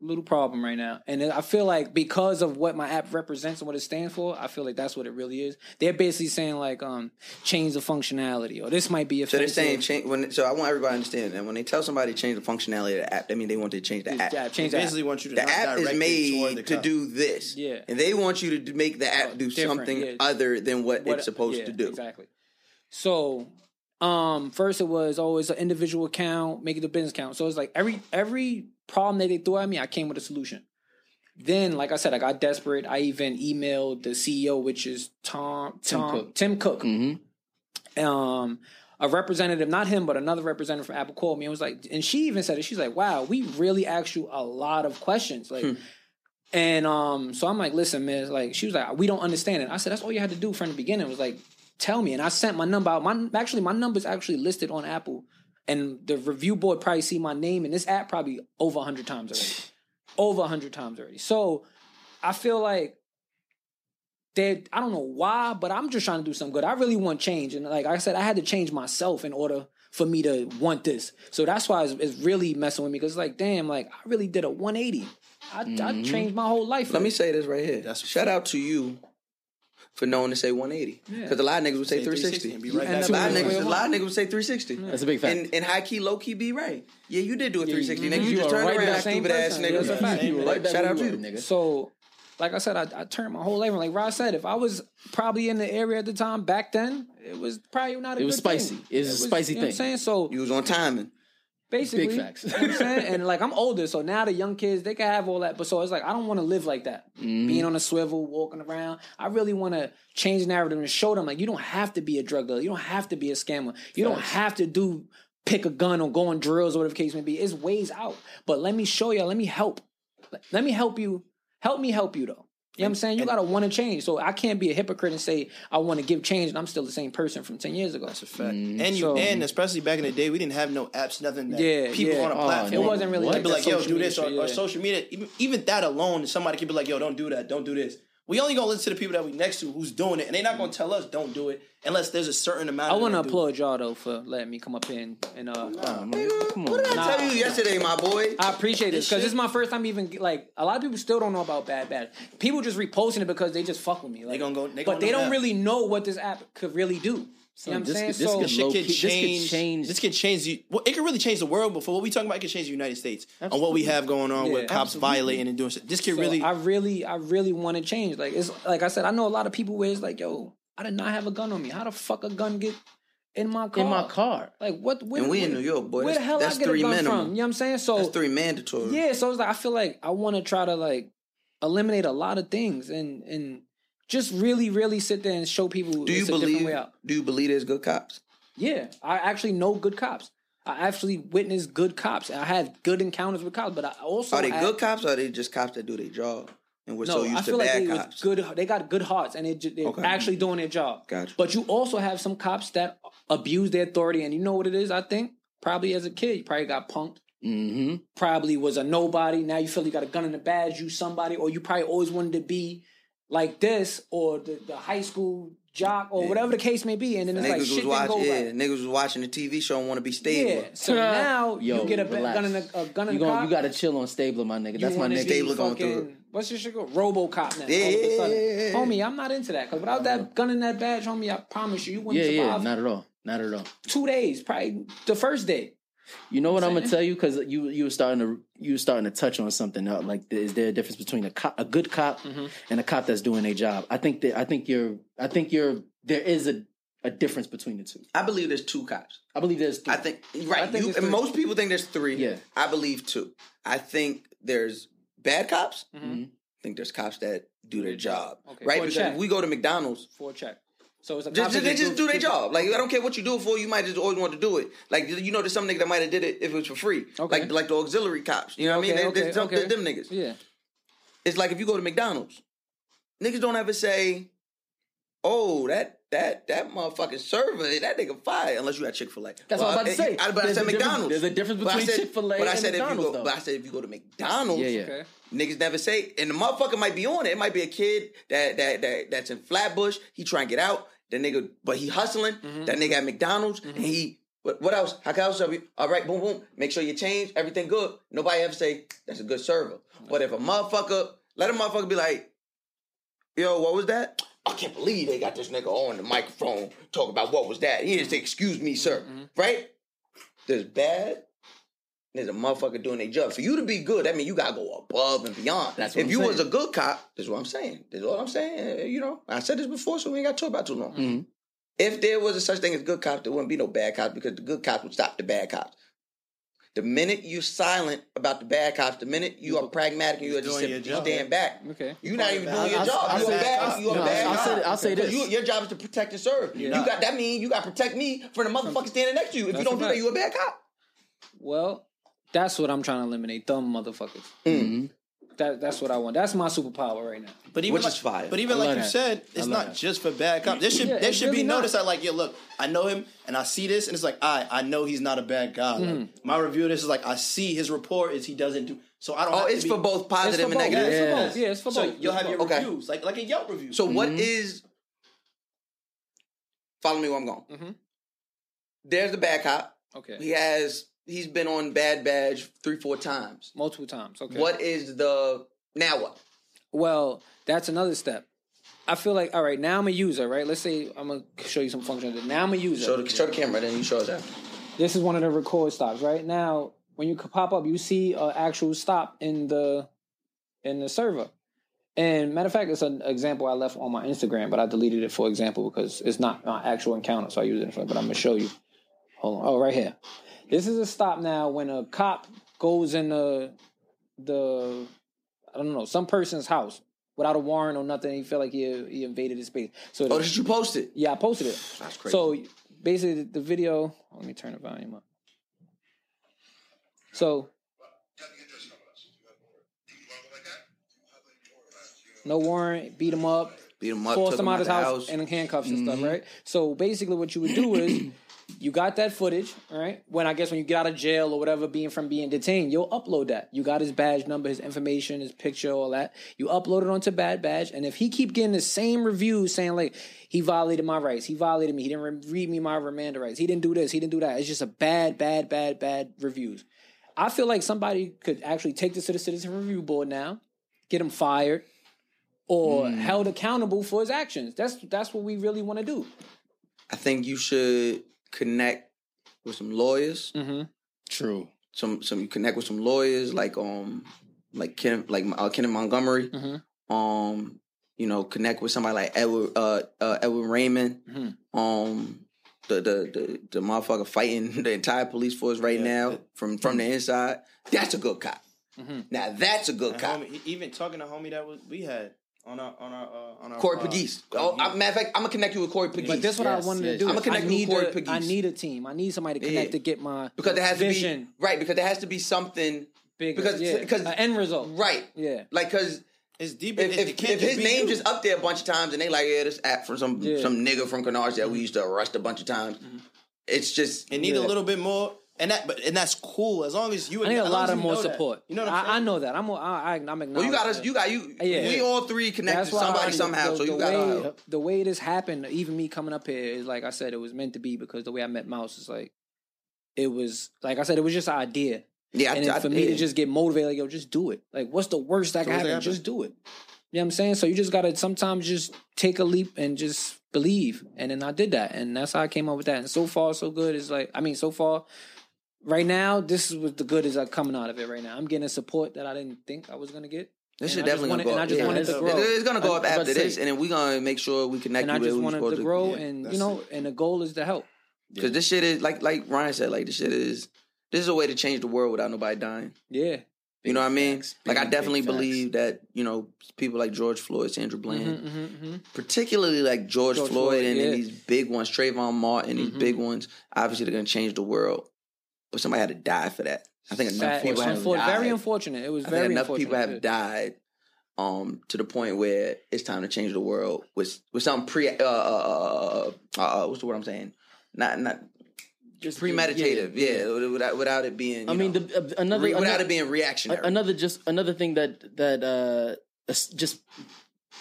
Little problem right now, and I feel like because of what my app represents and what it stands for, I feel like that's what it really is. They're basically saying like, um, change the functionality, or this might be So they're offensive. saying change. When, so I want everybody to understand that when they tell somebody to change the functionality of the app, they mean they want to change the app. yeah, change They the app. basically want you to the not app direct is it toward made the to cup. do this, Yeah. and they want you to do- make the app Oh, do different, something yeah. other than what, What- it's supposed yeah, to do. Exactly. So, um, first it was always an individual account, make it a business account. So it's like every every problem that they threw at me, I came with a solution. Then, like I said, I got desperate. I even emailed the CEO, which is Tom Tim Tom Cook. Tim Cook hmm Mm. um a representative, not him, but another representative from Apple called me and was like, and she even said it. She's like, "Wow, we really asked you a lot of questions." Hmm. Like, and um, so I'm like, "Listen, man," like she was like, "We don't understand it." I said, "That's all you had to do from the beginning." Was like, "Tell me," and I sent my number out. My actually, my number's actually listed on Apple, and the review board probably see my name in this app probably over hundred times already, [sighs] over hundred times already. So I feel like they I don't know why, but I'm just trying to do something good. I really want change, and like I said, I had to change myself in order for me to want this. So that's why it's, it's really messing with me because like, damn, like I really did a 180. I, I changed my whole life. Mm-hmm. Let me say this right here. That's- Shout out to you for knowing to say 180, because a lot of niggas would say Say 360 and 360. be right And back a lot of to the niggas, way a lot of niggas would say 360. That's a big fact. And, and high key, low key, be right. Yeah, you did do a 360. Mhm. Niggas, you, You just are turned right around, back. Same stupid ass person. niggas. That's a fact. You were Like, right back shout where out to you you. were, nigga. So, like I said, I, I turned my whole life. around. Like Rod said, if I was probably in the area at the time back then, it was probably not. A It was good spicy. Thing. It was a spicy you know what I'm thing. saying so. You was on timing. basically. Big facts. you know what I'm saying? And like I'm older, so now the young kids they can have all that. But so it's like I don't want to live like that, Mm-hmm. being on a swivel, walking around. I really want to change narrative and show them like you don't have to be a drug dealer, you don't have to be a scammer, you don't have to do pick a gun or go on drills or whatever the case may be. It's ways out. But let me show you. Let me help. Let me help you. Help me help you though. You know what I'm saying? You gotta want to change. So I can't be a hypocrite and say I want to give change and I'm still the same person from ten years ago. That's a fact. Mm-hmm. And you So- and especially back in the day, we didn't have no apps, nothing. That Yeah, people yeah. on a Oh, platform. It wasn't really could like be that like, yo, social do media this or, shit, yeah. or social media. Even, even that alone, somebody could be like, yo, don't do that, don't do this. We only gonna listen to the people that we next to who's doing it, and they're not gonna tell us don't do it unless there's a certain amount. I want to applaud y'all though for letting me come up here and, and uh, What did I Nah. tell you yesterday, my boy? I appreciate this because this is my first time even like a lot of people still don't know about Bad Batch. People just reposting it because they just fuck with me. Like, gonna go- they but gonna they know don't now. really know what this app could really do. You know what I'm this saying? could- this so could Shit low could key- this could change. change- This could change. the- Well, it could really change the world. But for what we talking about, it could change the United States on what we have going on with Yeah. cops violating and doing shit. This could so really. I really, I really want to change. Like, it's like I said, I know a lot of people where it's like, yo, I did not have a gun on me. How the fuck a gun get in my car? in my car. Like, what? Where, And we in where- New York, boy. Where the That's- hell that's I get three a gun minimum. from? You know what I'm saying? So That's three mandatory. Yeah, so it's like I feel like I want to try to like eliminate a lot of things and and just really really sit there and show people Do you it's a different believe? way out. Do you believe there's good cops? Yeah, I actually know good cops. I actually witnessed good cops. I had good encounters with cops, but I also Are they I- good cops? or Are they just cops that do their job and we're so No, used I to feel like bad they was cops? good. They got good hearts, and they, ju- they're Okay. actually doing their job. Gotcha. But you also have some cops that abuse their authority, and you know what it is. I think probably as a kid, you probably got punked. Mm-hmm. probably was a nobody. Now you feel you got a gun in the badge, you somebody, or you probably always wanted to be like this or the, the high school jock or whatever the case may be. And then it's niggas like was shit didn't watching. go Yeah, right. niggas was watching the TV show and want to be Yeah. stable. So now [laughs] Yo, you get a ba- relax. gun in a, a gun in You the gon- cop. you gotta chill on Stabler, my nigga. That's you my wanna nigga. be Stabler going through fucking- What's your shit called? RoboCop now. Yeah, all of a yeah, sudden. yeah, Uh-huh. yeah, yeah. Homie, I'm not into that. Because without that gun in that badge, homie, I promise you, you Yeah, wouldn't yeah, survive not at all, not at all. two days, probably the first day. You know what I'm gonna tell you because you you were starting to you were starting to touch on something uh, like th- is there a difference between a cop, a good cop Mm-hmm. and a cop that's doing their job? I think that I think you're I think you're there is a a difference between the two. I believe there's two cops. I believe there's three. I think right. I think you, it's and three. most people think there's three. Yeah. I believe two. I think there's bad cops think there's cops that do their job, Mm-hmm. Okay, right? for a Because check. if we go to McDonald's. for a check. So it's a Just, cop just- they that just do their job. Like I don't care what you do it for. You might just always want to do it. Like you know, there's some nigga that might have did it if it was for free. Okay. Like like the auxiliary cops. You know what I mean? Okay, They- they- okay, some- okay. Them niggas. Yeah. It's like if you go to McDonald's, niggas don't ever say, "Oh, that that that motherfucking server, that nigga fire." Unless you at Chick Fil A. That's what I'm about to say. I, but I There's a said difference- McDonald's. there's a difference But I between said- Chick-fil-A But I and said if you McDonald's, go, though. but I said if you go to McDonald's, Yeah, yeah. Okay. Niggas never say, and the motherfucker might be on it. It might be a kid that that that that's in Flatbush. He trying to get out. The nigga, but he hustling. That nigga at McDonald's, and he. What, what else? How can I else help you? All right, boom, boom. Make sure you change. Everything good. Nobody ever say that's a good server. But if a motherfucker, let a motherfucker be like, yo, what was that? I can't believe they got this nigga on the microphone talking about what was that. He didn't say, excuse me, sir. Right? There's bad there's a motherfucker doing their job. For you to be good, that mean you gotta go above and beyond. That's what if I'm you saying. was a good cop, this is what I'm saying. This is all I'm saying. Uh, You know, I said this before, so we ain't got to talk about it too long. Mm-hmm. If there was a such thing as good cops, there wouldn't be no bad cops because the good cops would stop the bad cops. The minute you're silent about the bad cops, the minute you are pragmatic and you are just doing simply your job. stand back, Okay. you're not even doing your I- job. I- I You're a said- bad. You're a no, bad. I- I said- I said Because this. you- Your job is to protect and serve. You not. got that mean you got to protect me from the motherfucker standing next to you. If you That's don't a do fact. that, you a bad cop. Well, that's what I'm trying to eliminate. Dumb motherfuckers. Mm-hmm. That that's what I want. That's my superpower right now. But even Which like, is fire. But even I like love you that. said, I it's love not that. just for bad cops. There should Yeah, there it's should be really not. notice that like, yeah, look, I know him and I see this, and it's like, I I know he's not a bad guy. Like, Mm-hmm. my review of this is like, I see his report is he doesn't do so. I don't. Oh, have to it's be- for both positive for and both. negative. Yeah, it's for both. Yeah, it's for so both. you'll It's have for your both. Okay. reviews, like like a Yelp review. So what is? Follow me where I'm going. Mhm. There's the bad cop. He Okay. has he's been on bad badge three four times. Multiple times. Okay. What is the now what? Well, that's another step. I feel like all right. Now I'm a user, right? Let's say I'm gonna show you some function. of this. Now I'm a user. Show the, show the camera, then you show us after. this is one of the record stops right now when you c- pop up you see an actual stop in the in the server and matter of fact it's an example i left on my instagram but i deleted it for example because it's not my actual encounter so i use it for but i'm gonna show you hold on oh right here this is a stop now when a cop goes in the the i don't know some person's house without a warrant or nothing he felt like he, he invaded his space so Oh, did you post it? yeah, I posted it. That's crazy. So basically, the video. oh, Let me turn the volume up. So no warrant, beat him up, Beat him up, forced took him out of his the house, Mm-hmm. and handcuffs and stuff, right? So basically, what you would do [clears throat] is. You got that footage, all right? When I guess when you get out of jail or whatever, being from being detained, you'll upload that. You got his badge number, his information, his picture, all that. You upload it onto Bad Badge, and if he keep getting the same reviews saying like he violated my rights, he violated me, he didn't re- read me my reminder rights, he didn't do this, he didn't do that. It's just a bad, bad, bad, bad reviews. I feel like somebody could actually take this to the Citizen Review Board now, get him fired, or held accountable for his actions. That's that's what we really want to do. I think you should connect with some lawyers. True. Some some you connect with some lawyers like um like Ken like uh, Kenneth Montgomery. Mm-hmm. Um, you know, connect with somebody like Edward uh, uh Edward Raymond. Mm-hmm. Um, the the the the motherfucker fighting [laughs] the entire police force right now from from the inside. That's a good cop. Mm-hmm. Now that's a good And cop. homie, e- even talking to homie that was, we had on our on our uh, on our Corey uh, Pegues. Oh, I, matter of fact, I'm gonna connect you with Corey Pegues. But that's what I wanted to yes. do. I'ma connect I you need with Corey a- Pegues. I need a team. I need somebody to connect Yeah. to get my because there has vision to be right because there has to be something bigger. because yeah. because an end result. right Yeah. like because It's deep. if, it- it if, can't if his be name you. just up there a bunch of times and they like yeah this app from some Yeah. Mm-hmm. some nigga from Canards that we used to arrest a bunch of times Mm-hmm. it's just It need Yeah. a little bit more, and that but and that's cool as long as you. I need a as long lot as of you more know that. support. You know what I'm saying? I, I know that. I'm. a- I, I, I'm acknowledging. well you got that. us you got you Yeah. we all three connected That's to why somebody the- somehow the- so the you got way, our help. the way this happened. Even me coming up here is like I said, it was meant to be because the way I met Mouse is like it was like I said, it was just an idea. yeah I- and then I- for me yeah. to just get motivated, like yo, just do it. Like, what's the worst that can worst that happen? happen. Just do it. You know what I'm saying? So you just gotta sometimes just take a leap and just believe. And then I did that, and that's how I came up with that. And so far, so good. It's like I mean, so far, right now, this is what the good is like coming out of it. Right now, I'm getting support that I didn't think I was gonna get. this shit and I just wanted- definitely gonna go and up I just yeah. wanted to It- grow. it's gonna go I- up I was after about to this say- and then we gonna make sure we connect And you I with just who's wanted supposed to grow, yeah, and you that's know, it. and the goal is to help. Because this shit is like like Ryan said, like this shit is this is a way to change the world without nobody dying. Yeah, You know what I mean? Like I definitely believe that you know people like George Floyd, Sandra Mm-hmm, Bland, particularly like George, George Floyd, Floyd, and, then yeah. these big ones, Trayvon Martin, these big ones. Obviously, they're gonna change the world, but somebody had to die for that. I think enough Sad. people It's have unfor- died. very unfortunate. It was I very think enough people unfortunate, have died um, to the point where it's time to change the world with with something pre uh, uh, uh, uh, what's the word I'm saying? Not not just premeditative. Yeah, without without it being. you I mean, know, the, uh, another re- without another- it being reactionary. a- Another just another thing that that uh is just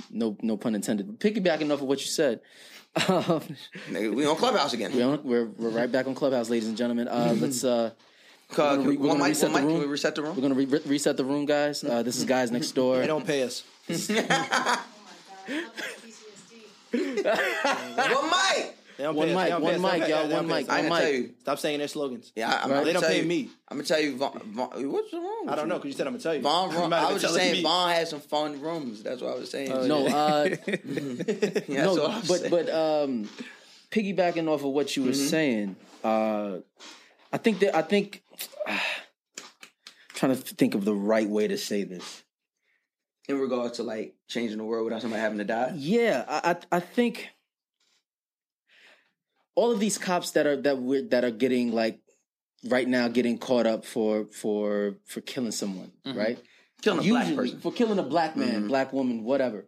no no pun intended. Piggybacking off of what you said. [laughs] Um, Nigga, we on Clubhouse again. We on, we're we're right back on Clubhouse, ladies and gentlemen. Uh, let's uh, we're gonna re- we're Mm-hmm. one gonna mic- reset one the mic, room. can we reset the room. We're gonna re- reset the room, guys. Uh, this is guys [laughs] next door. They don't pay us. One mic. They don't One pay us. They don't pay us. They don't mic, one mic, pay- y'all, they don't one pay mic, us. I ain't one gonna tell mic. you. Stop saying their slogans. Yeah, I, I'm, Right. I'm They don't tell pay you, me. I'm gonna tell you. Von, Von, what's wrong? With I don't you? know because you said I'm gonna tell you. [laughs] Von, You Von, might have I been was just telling saying, me. Oh, Von had some fun rooms. That's what I was saying. No, uh, [laughs] [laughs] Yeah, no, that's what I was but saying. Mm-hmm. but um, piggybacking off of what you were saying, uh, I think that I think [sighs] trying to think of the right way to say this. in regards to like changing the world without somebody having to die. Yeah, I I, I think all of these cops that are that we're that are getting like right now getting caught up for for for killing someone, right? Mm-hmm. Killing a Usually black person. Mm-hmm. for killing a black man, black woman, whatever.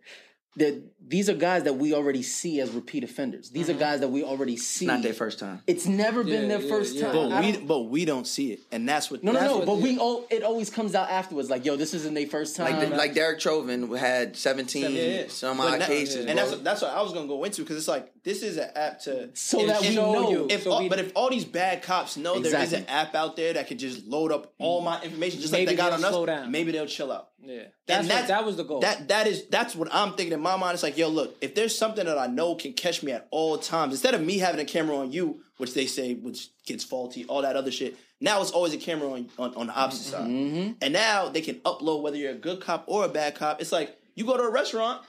That these are guys that we already see as repeat offenders. These are guys that we already see. Mm-hmm. Not their first time. It's never been their yeah, first yeah. time. I But we don't- but we don't see it, and that's what. no, no, that's no. what- But we all it always comes out afterwards. Like, yo, this isn't their first time. Like like Derek Chauvin had 17 some But odd now- cases. and that's bro. that's what I was gonna go into because it's like this is an app to So if- that we if- know. you- If So all, we- but if all these bad cops know there is Exactly. an app out there that could just load up all my information, just Maybe like they got they'll on us, slow down. maybe they'll chill out. Yeah, And that's what, that was the goal. That that is that's what I'm thinking in my mind. It's like, yo, look, if there's something that I know can catch me at all times, instead of me having a camera on you, which they say which gets faulty, all that other shit. Now it's always a camera on on, on the opposite Mm-hmm. side, and now they can upload whether you're a good cop or a bad cop. It's like you go to a restaurant.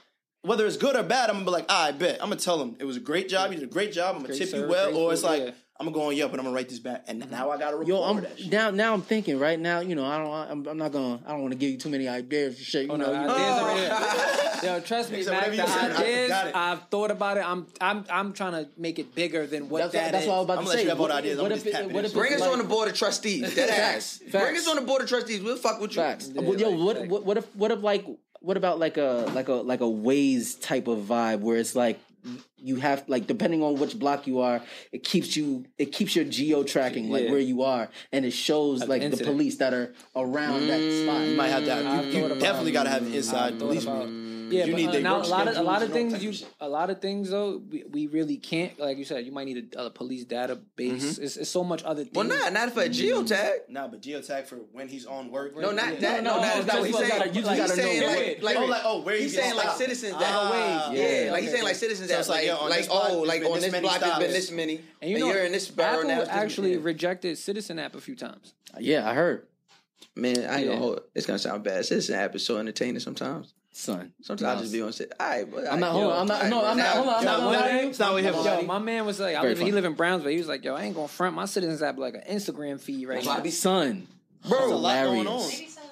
Whether it's good or bad, I'm gonna be like, I bet. I'm gonna tell them it was a great job. You did a great job. I'm gonna Great tip you service, well, great or food, it's like yeah. Mm-hmm. I'm gonna go on Yelp and I'm gonna write this back. And now I gotta report Yo, I'm that shit. now. Now I'm thinking. Right now, you know, I don't. I'm, I'm not gonna. I don't want to give you too many ideas and shit. You Oh, know, no, you- ideas are [laughs] in here. Yo, trust me, So Mac, whatever you the said, I ideas, got it. I've thought about it. I'm I'm I'm trying to make it bigger than what that's, that that's is. what I was about I'm gonna to let say. you have all the ideas. I'm What gonna if just it- tap it what in. if Bring it's us like- on the board of [laughs] trustees. Dead ass. Facts, Bring facts. us on the board of trustees. We'll fuck with you. Facts. Well, yo, what, what what if what if like what about like a like a like a ways type of vibe where it's like you have like depending on which block you are, it keeps you it keeps your geo tracking like Yeah. where you are and it shows like the incident. police that are around that spot. You might have to. Have, you, you thought about definitely it. gotta have an inside thought police. about- meeting. Yeah, You but need uh, their now a work lot of a lot of schedules and all things you type of a lot of things though we, we really can't like you said you might need a, a police database. Mm-hmm. It's, it's so much other things. Well, not not for a Mm-hmm. geotag. Nah, but geotag for when he's on work. No, not that. No, no, that's not just what he's what saying. gotta- you just He's gotta saying know. like, Period. like, Oh, like, oh, where you he's get saying like stopped. citizens that, Ah, yeah, yeah, like he's okay. saying like citizens So that, it's like, like, yo, on like, this block, oh, there's like been on this this many block, there's been stops. this many, And you and know, you're in this borough Apple now. it's this actually many. rejected Citizen app a few times. Yeah, I heard. Man, I ain't gonna hold. it. It's gonna sound bad. Citizen app is so entertaining sometimes. Son. Sometimes I just be on sit. All right, but I'm not hold on, I'm not no, I'm not hold on, I'm Now, not gonna lie to when- you. it's not what him. Yo, my man was like, I live, funny. he live in Brownsville. He was like, yo, I ain't gonna front my Citizens app like an Instagram feed right now. son. Bro, a lot going hilarious. on.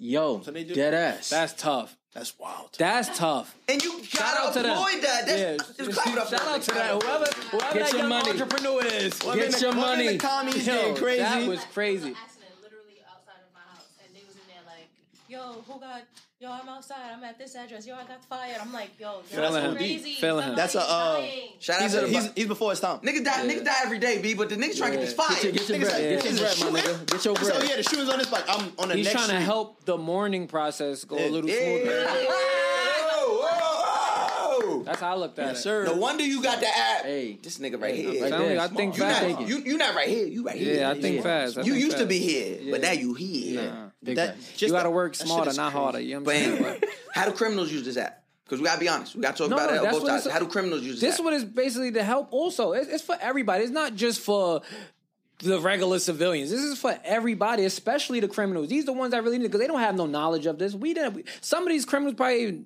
Yo, they do- dead ass. That's tough. That's wild. That's tough. And you out gotta to them. avoid that. That's Yeah, just clap it up. shout for out them. to that. Whoever, whoever Get that your young money. entrepreneur is. Women Get in- your women in money. The commies Yo, getting crazy. That was crazy. accident literally outside of my house, and they was in there like, "Yo, who got? Yo, I'm outside. I'm at this address. Yo, I got fired." I'm like, "Yo, Feeling that's him. crazy. Feeling him. That's a, uh, Shout out He's, to a, the he's, he's before his time. nigga die. Nigga die every day, b. But the niggas trying to get this Get your, fire. get your bread, like, get your is bread, it my shooting? nigga. Get your So bread. yeah, the shoe's on his bike. I'm on the He's next trying to street. help the mourning process go a little smoother. Whoa, whoa, whoa. That's how I looked at it. sir. No wonder you got the app. Hey. this nigga right here. I'm Family, Yeah, I think You fast. not, you, you not right here. You right here. yeah, I think fast. I you think used to fast. be here, but now you here. Big That, facts. just You gotta that- work that shit smarter, is not crazy. harder. You know what But I'm saying? anyway, how do criminals use this app? Because we gotta be honest. We gotta talk No, about no, it on that's both what sides. it's- How do criminals use This app? one is basically to help. Also, it's, it's for everybody. It's not just for the regular civilians. This is for everybody, especially the criminals. These are the ones that really need because they don't have no knowledge of this. We didn't. we- some of these criminals probably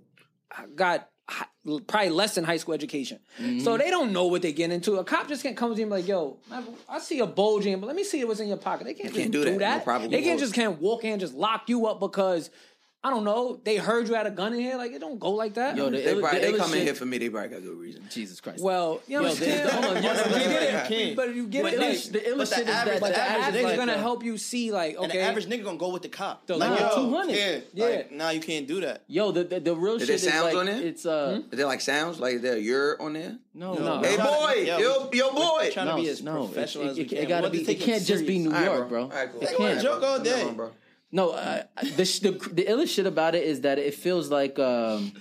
got hi- probably less than high school education. Mm-hmm. So they don't know what they get into. A cop just can't come to you and be like, yo, I, I see a bulge in, but let me see what's in your pocket. They can't, You can't just do do that. No that. problem. they can't just can't walk in and just lock you up because I don't know. They heard you had a gun in here. Like it don't go like that. Yo, they, probably, they come in here for me. They probably got good reason. Jesus Christ. Well, you Yo, understand? they- hold on, yes, but, you but get you it, can. but you get But it. the- like- the illest but shit is average- that but the the average average is nigga- gonna help you see like And okay, the average nigga gonna go with the cop. The like, low yo, 200. Yeah, Yeah. Like, now you can't do that. Yo, the the, the real Is shit there is sounds like on there? it's uh Is there like sounds? Like is there a your on there? no, No. no, Hey, no. boy, No, yo- we- yo, boy. we're trying No, to be as no, professional it- as it- we it can. gotta What be- they take it It can't can't just be New All right, York, bro. bro. All right, cool. It They can't. wanna joke all day. Never mind, bro. No, uh, the, sh- the the illest shit about it is that it feels like um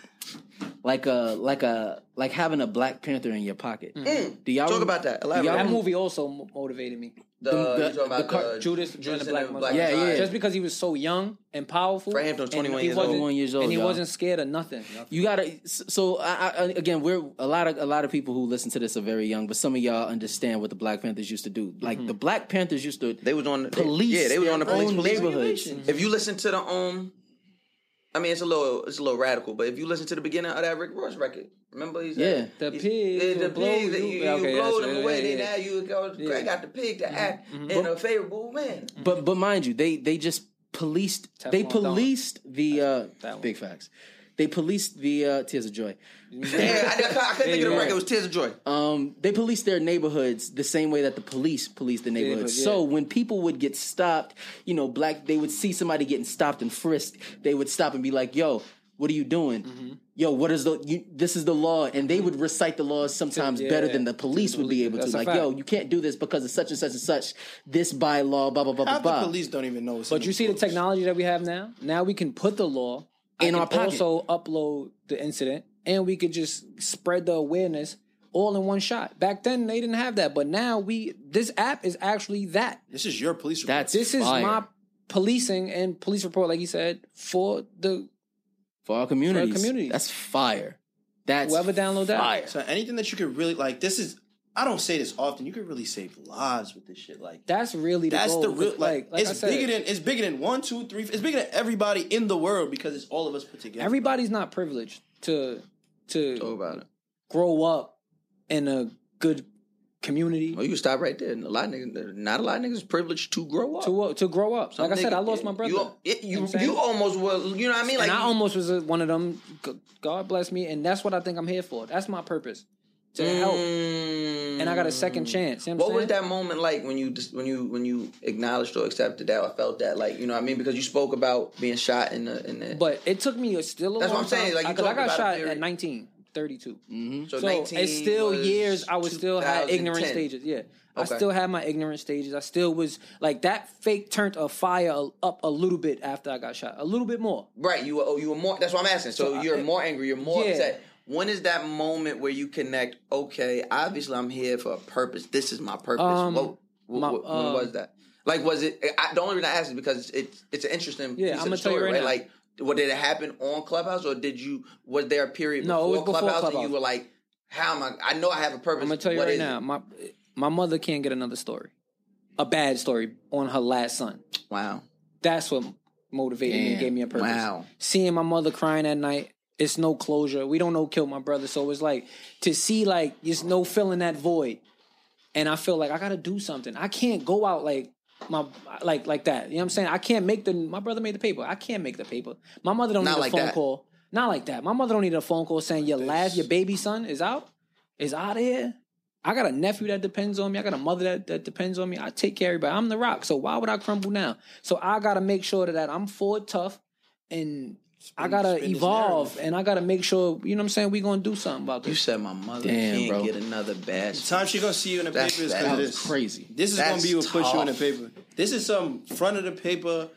like a like a like having a Black Panther in your pocket. Mm. Do y'all Talk about that. do That y'all- movie also mo- motivated me. The- The- you talking the about car- the Judas, and the Judas and Black the Messiah. Black Yeah, Messiah. yeah. Just because he was so young and powerful. Frampton and was 21 he years wasn't- old. years old, and he y'all. wasn't scared of nothing. You gotta. So I, I, again, we're a lot of a lot of people who listen to this are very young, but some of y'all understand what the Black Panthers used to do. Like the Black Panthers used to. They Mm-hmm. was on police. Yeah, they were on the their police, own police. neighborhoods. If you listen to the um, I mean it's a little it's a little radical, but if you listen to the beginning of that Rick Ross record, remember he's Yeah. the pig, the will blow pig, that you- you, you, okay, blow that's them right, away, yeah, then yeah. now you go, Craig got the pig to act in a favorable manner. But but mind you, they they just policed. Teflon they Don. policed the uh, big facts. They policed the uh, tears of joy. Damn, I, I couldn't think of the record. It was Tears of Joy. Um, they police their neighborhoods the same way that the police police the neighborhoods. yeah. So when people would get stopped, you know, black, they would see somebody getting stopped and frisked. They would stop and be like, "Yo, what are you doing? Mm-hmm. Yo, what is the? You, this is the law." And they would recite the laws sometimes Yeah. better than the police would be able to. That's a Like, fact. "Yo, you can't do this because of such and such and such this bylaw, blah blah blah blah Half the blah." police don't even know. But you see the technology that we have now. Now we can put the law I In our can pocket. Also upload the incident, and we could just spread the awareness all in one shot. Back then they didn't have that, but now we this app is actually that. This is your police report. That's this is fire. my policing and police report, like you said, for the for our communities. communities. That's fire. That's whoever download that. fire. So anything that you could really like, this is. I don't say this often. You could really save lives with this shit. Like That's really the that's goal. the real like, like I it's said- bigger than it's bigger than one, two, three. It's bigger than everybody in the world because it's all of us [laughs] put together. Everybody's not privileged to to grow up in a good community. Well, Oh, you can stop right there. And a lot of niggas, not a lot of niggas is privileged to grow up. To to grow up. Some like I said, nigga- I lost my brother. You, it- know you, what I'm you saying? almost were. You know what I mean? Like and I almost was a, one of them. G- God bless me, and that's what I think I'm here for. That's my purpose to help. And I got a second chance. You know Mm. what what I'm was saying? that moment like when you dis- when you when you acknowledged or accepted that or felt that like you know what I mean because you spoke about being shot in the in the But it took me a still a That's what long I'm saying, time, like, you 'cause I talked got about shot it very- at 19, 32. Mm-hmm. So So, 19 it's still was years. I was still had ignorant 2010. stages. Yeah, I Okay. still had my ignorant stages. I still was like that. Fake turned a fire up a little bit after I got shot. A little bit more. right you were oh, you were more that's what I'm asking so, So I- you're more angry you're more Yeah. upset when is that moment where you connect okay obviously I'm here for a purpose this is my purpose Um, what, what, my- what- when uh, was that like was it I, the only reason I asked is because it's it's an interesting Yeah, piece of I'ma the tell you story right right now. like what did it happen on Clubhouse or did you was there a period No, it before, was before Clubhouse, and Clubhouse. you were like how am I I know I have a purpose I'm gonna tell you What right is it? now, my my mother can't get another story, a bad story on her last son. Wow, that's what motivated me, Damn. and gave me a purpose. Wow. Seeing my mother crying at night, it's no closure. We don't know killed my brother, so it's like to see like there's no filling that void, and I feel like I gotta do something. I can't go out like my like like that. You know what I'm saying? I can't make the my brother made the paper. I can't make the paper. My mother don't Not need like a phone that. call. Not like that. My mother don't need a phone call saying your last your baby son is out, is out of here. I got a nephew that depends on me. I got a mother that, that depends on me. I take care of everybody. I'm the rock. So why would I crumble now? So I gotta make sure that I'm forward tough and I gotta spin this evolve and I gotta make sure, you know what I'm saying, we gonna do something about this. You said my mother Damn, can't bro. get another bash. The time she gonna see you in the That's- paper is that because of was this. crazy. This is That's gonna be what puts you in the tough. paper. This is some front of the paper.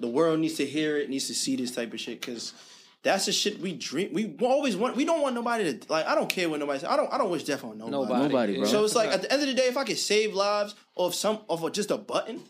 The world needs to hear it. Needs to see this type of shit because that's the shit we dream. We always want. We don't want nobody to like. I don't care what nobody. says. I don't. I don't wish death on nobody. Nobody. Nobody, bro. So it's like at the end of the day, if I could save lives or if some of just a button,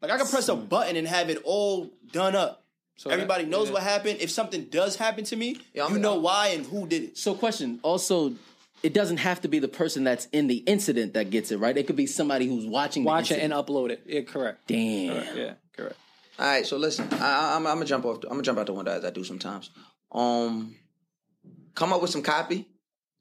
like I could press a button and have it all done up. So everybody that- knows yeah. what happened. If something does happen to me, you know why and who did it. So, question also, it doesn't have to be the person that's in the incident that gets it, right? It could be somebody who's watching the Watch it and incident. upload it. Yeah, correct. Damn. Correct. Yeah, correct. All right, so listen, I, I, I'm, I'm gonna jump off. I'm gonna jump out the window as I do sometimes. Um, Come up with some copy.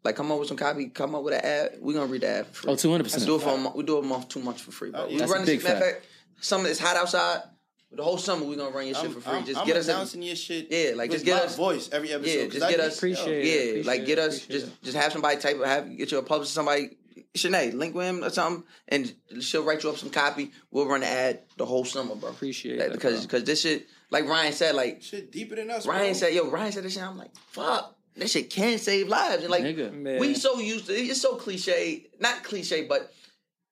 Like come up with some copy. Come up with an ad. We are gonna read the ad. For free. Oh, 200%. Let's Do it for a month. We do it a month, two months for free. Uh, Bro. we That's a run big this. Matter of fact. fact, summer it's hot outside. The whole summer we gonna run your shit I'm- for free. I'm- just I'm get us announcing your shit. Yeah, like with just get my us voice every episode, Yeah, 'cause just I get just- us. Appreciate it, yeah, appreciate like it, get us. Just just have somebody type. Have get you a publisher, somebody. Shanae, link with him or something, and she'll write you up some copy. We'll run the ad the whole summer, bro. Appreciate that because because this shit, like Ryan said, like Shit deeper than us. Ryan bro. said, yo, Ryan said this shit. I'm like, fuck, this shit can save lives. And like, Nigga. we Man. so used to it's so cliche, not cliche, but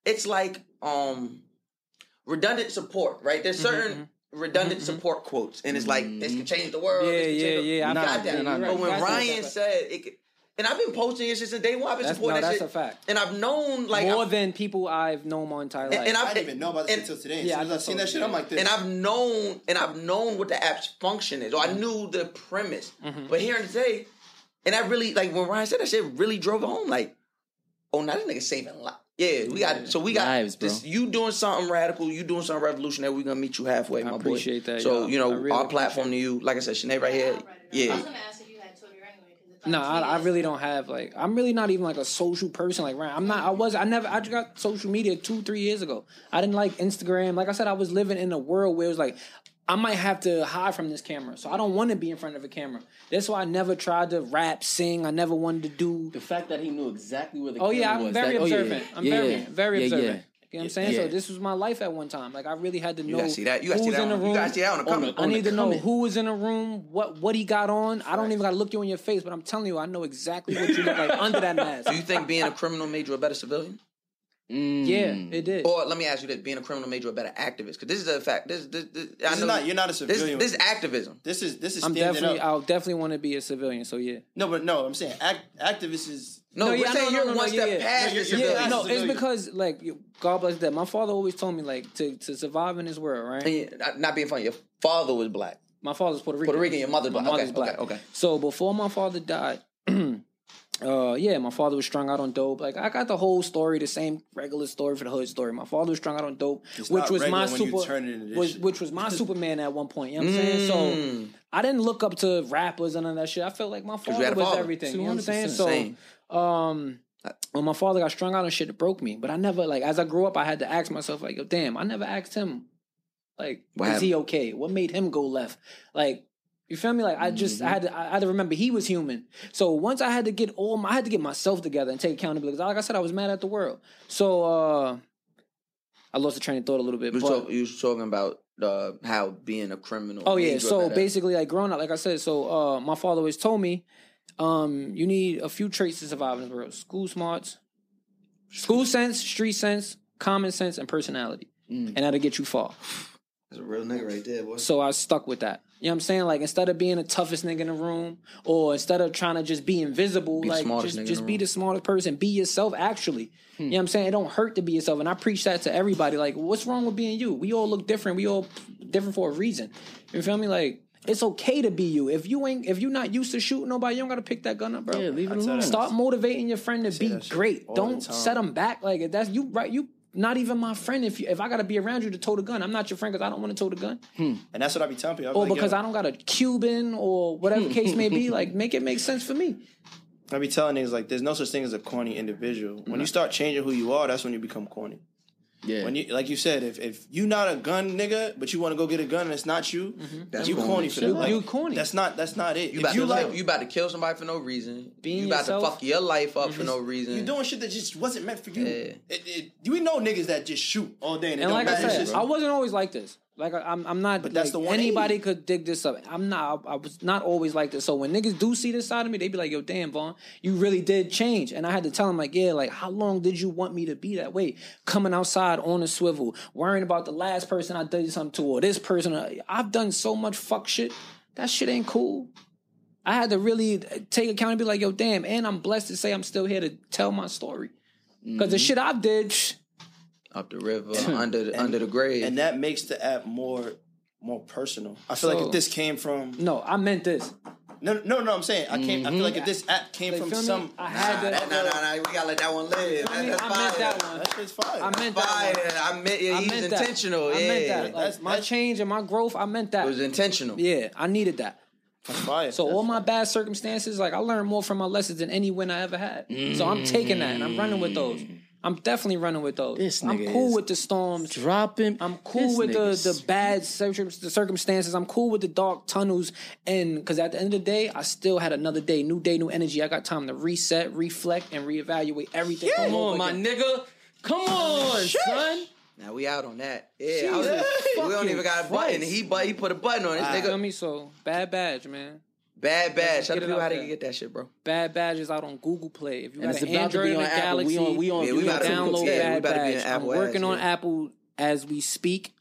it's like um redundant support, right? There's Mm-hmm, certain redundant support quotes, and it's like this can change the world. this Yeah, can change yeah, the- yeah, You I got know, that. yeah, you're But right. when That's- Ryan that's a said it, could- and I've been posting it since day one. I've been That's- no, supporting that that's shit, a fact. and I've known like more I've- than people I've known my entire life. and, and I've, I, even know about this until today. As yeah, soon as I seen that shit, I'm like this. And I've known and I've known what the app's function is, or Mm-hmm. I knew the premise. But hearing today, and I really like when Ryan said that shit really drove it home. Like, oh, now this nigga saving lives. Yeah, we got so we got Lives, bro. this. You doing something radical? You doing something revolutionary? We're gonna meet you halfway, my boy. appreciate that, So y'all. you know I really our platform to you. Like I said, Sinead right here. I Yeah, was gonna ask if you had Twitter anyway. 'cause if no, I, I really don't have like. I'm really not even like a social person. Like Ryan, I'm not. I was. I never. I just got social media two, three years ago. I didn't like Instagram. Like I said, I was living in a world where it was like. I might have to hide from this camera, so I don't want to be in front of a camera. That's why I never tried to rap, sing. I never wanted to do the fact that he knew exactly where the oh yeah, camera I'm was, very like, oh, yeah, observant. yeah, I'm yeah, very, yeah, very yeah, observant. yeah. You know what I'm saying? Yeah. So this was my life at one time. Like I really had to know gotta see that. You gotta who's see in that on- the you room. gotta see that on the On the- comment. I on need the to know comment. who was in the room, what what he got on. I don't even gotta look you in your face, but I'm telling you, I know exactly what you look like under that mask. Do you think being a criminal made you a better civilian? [laughs] Mm, Yeah, it did. Or let me ask you this: being a criminal made you a better activist? Because this is a fact. This, this, this, I is know not- you're not a this- civilian This, with is this. activism. This is this is I'm standing definitely, up. I'll definitely want to be a civilian. So yeah. No, but no, I'm saying act, activists is No, we're saying you're one step past the yeah, civilian. no, it's because like you- God bless that. My father always told me like to, to survive in this world, right? And not- not being funny. Your father was black. My father's Puerto Rican. Puerto Rican. Your mother's My black. mother's okay, black. Okay. okay. So before my father died, [clears throat] uh, yeah, my father was strung out on dope. Like I got the whole story, the same regular story for the hood story. My father was strung out on dope, It's which not was my regular when you super, turn it into this was, shit. which was [laughs] my Superman at one point. You know what I'm Mm. saying? So I didn't look up to rappers and all that shit. I felt like my you father had a was father. everything. You know what I'm saying? 200%. So Same. um when my father got strung out and shit, it broke me. But I never like as I grew up, I had to ask myself like, yo, damn, I never asked him like, What is he okay? What made him go left? Like, you feel me? Like I just I had to I had to remember he was human. So once I had to get all my I had to get myself together and take accountability. 'Cause Like I said, I was mad at the world. So uh I lost the train of thought a little bit. You was, but- talk, you was talking about uh, how being a criminal. Oh made you yeah. a So better- basically, like growing up, like I said, so uh, my father always told me, um, you need a few traits to survive in this world: school smarts, school sense, street sense, common sense, and personality. And that'll get you far. Mm. That's a real nigga right there, boy. So I stuck with that. You know what I'm saying? Like instead of being the toughest nigga in the room, or instead of trying to just be invisible, Be the like smartest just, nigga in just the be room. Hmm. the smartest person. Be yourself actually. You know what I'm saying? It don't hurt to be yourself. And I preach that to everybody. Like, what's wrong with being you? We all look different. We all different for a reason. You feel me? Like it's okay to be you. If you ain't if you're not used to shooting nobody, you don't gotta pick that gun up, bro. Yeah, leave it alone. Start motivating your friend to be great. Don't set them back. Like if that's you right, you not even my friend if you if I gotta be around you to tote a gun. I'm not your friend because I don't want to tote a gun and that's what I be telling people. I be or Hmm, like, because yo, I don't got a Cuban or whatever case may [laughs] be, like make it make sense for me. I be telling niggas like, there's no such thing as a corny individual. When you start changing who you are, that's when you become corny. Yeah. When you, like you said, if if you not a gun nigga, but you want to go get a gun and it's not you, That's you wrong. corny for You- that. Like, Mm-hmm. you corny. That's not that's not it. You If about, you to, like you about to kill somebody for no reason. Being you about to yourself. Mm-hmm. fuck your life up for no reason. you're doing shit that just wasn't meant for you. Yeah. It, it, we know niggas that just shoot all day and, it And don't like I matter. said, It's just- I wasn't always like this. Like I- I'm, I'm not. But that's like, the 180. anybody could dig this up. I'm not. I, I was not always like this. So when niggas do see this side of me, they be like, "Yo, damn, Vaughn, you really did change." And I had to tell them, like, "Yeah, like how long did you want me to be that way? Coming outside on a swivel, worrying about the last person I did something to, or this person. uh, I've done so much fuck shit. That shit ain't cool." I had to really take account and be like, "Yo, damn!" And I'm blessed to say I'm still here to tell my story because Mm-hmm. the shit I did. Up the [clears throat] river, under the, under the grave. and that makes the app more more personal. I feel like So- if this came from No, I meant this. no no no, I'm saying I came. I feel like if this app came Like, from Mm-hmm. feel me? some I had to. Nah, nah, nah, nah, we gotta let that one live. I, That- mean, that's I meant fire. that one. that shit's fire. I meant Fire. that one. I meant, yeah, I he's meant that. intentional. I yeah, meant that. Like, That's- my that's- change and my growth, I meant that. it was intentional. yeah, I needed that. So all my bad circumstances, like I learned more from my lessons than any win I ever had. So I'm taking that and I'm running with those. I'm definitely running with those. I'm nigga cool is with the storms. Dropping. I'm cool with the, the bad circum- the circumstances. I'm cool with the dark tunnels. And because at the end of the day, I still had another day, new day, new energy. I got time to reset, reflect, and reevaluate everything. Yeah. Come on, my nigga. Come on, son. Now we out on that. Yeah, I Jesus was- we don't even got a fucking button. He but he put a button on this Wow. nigga. Feel me? So bad badge, man. Bad badge. Let's Tell get the it people out how they there. can get that shit, bro. Bad badge is out on Google Play. If you And got it's an about to be Android and on a Apple. We Galaxy, on- we on- Yeah, we you about to- download yeah, we Bad about to be Badge. on Apple I'm working ass, on yeah. Apple as we speak,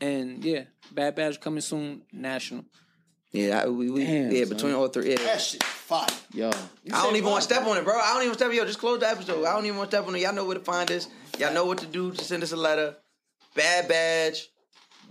and yeah, Bad Badge coming soon, national. Yeah, I- we, we Damn, yeah son. between all three. Yeah. That shit fire. Yo. I don't even want to step on it, bro. I don't even step. Yo, just close the episode. I don't even want to step on it. Y'all know where to find us. Y'all know what to do. Just send us a letter. Bad badge.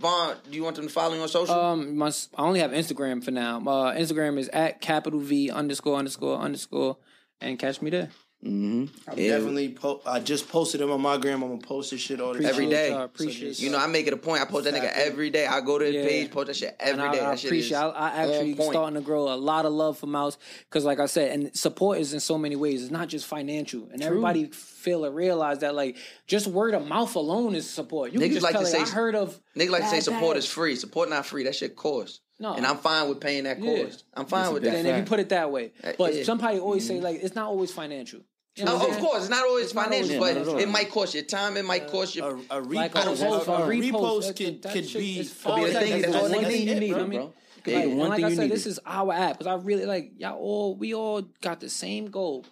Vaughn, do you want them to follow you on social? Um, my, I only have Instagram for now. Uh, Instagram is at capital V underscore underscore underscore, and catch me there. Mm-hmm. I'm definitely. Po- I just posted him on my gram. I'm gonna post this shit all the every time. day. appreciate you know, I make it a point. I post that nigga Exactly. every day. I go to his Yeah. page, post that shit And every I, day. I That shit is appreciate. I, I on actually point. starting to grow a lot of love for Mouse because, like I said, and support is in so many ways. It's not just financial, and True. everybody feel and realize that like just word of mouth alone is support. You can Niggas just like tell, to say I heard of. Niggas like to say Bad support Batch. is free. Support not free. That shit costs. No. and I'm fine with paying that Yeah. cost. I'm fine with that. And if you put it that way, Uh, but yeah. Mm-hmm. somebody always say like it's not always financial. You know Oh, what I'm of saying? course, it's not always It's not financial, always but financial. it might cost your time. It might cost your a Like a repost, a repost, that- could- that could shit be- is could be the fire. thing. That's That's the all one niggas thing you need, need. bro, I mean, bro. Yeah, Like, the and one like thing I you said, needed. this is our app because I really like y'all all. We all got the same goal.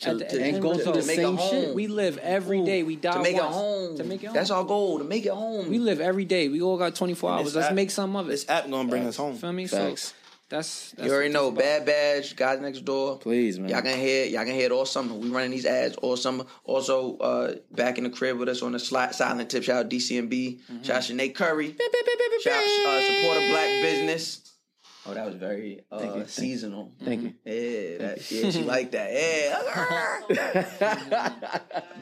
To- At the to- end and go result. through the To same make a shit. home. We live every day. We die to make once. it home. To make it home. That's our goal. To make it home. We live every day. We all got 24 And hours. this Let's app- make some of it. This app gonna bring us home. Feel me? Facts. So that's, that's you already what know, this bad badge, guys next door. Please, man. Y'all can hear, it. y'all can hear it all summer. We running these ads all summer. Also, uh, back in the crib with us on the sli- silent tip. Shout out DCMB. Shout out Sinead Curry. Shout out uh, support of black business. Oh, that was very uh, Thank you. Thank- seasonal. Mm-hmm. Thank you. Yeah, that, yeah, [laughs] she like that. Yeah, [laughs]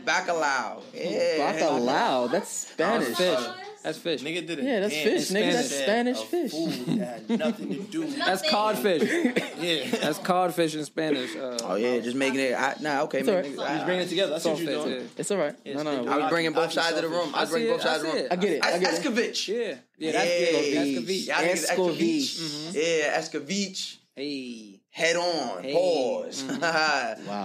bacalao. Yeah, Bacalao. That's Spanish. fish. That's fish. Nigga did it. Yeah, that's fish, nigga. That's Spanish fish. [laughs] Nothing to do. That's codfish. [laughs] Yeah. That's codfish in Spanish. Uh, Oh yeah, just making it. I, nah, okay. It's all make- right. make- He's bringing it together. That's what you're Saltfish, doing. yeah. It's all right. Yes, no, no, they no. do. I was bringing both I'll be sides of the room. selfish. I was I bringing see both it, sides I of the see room. it. I get it, I get it. Escovich. Yeah. Yeah, that's good. That's good. Y'all niggas Escovitch. Mm-hmm. Escovitch. Yeah, Escovitch. Hey. Head on. Hey. Pause. Mm-hmm. Wow.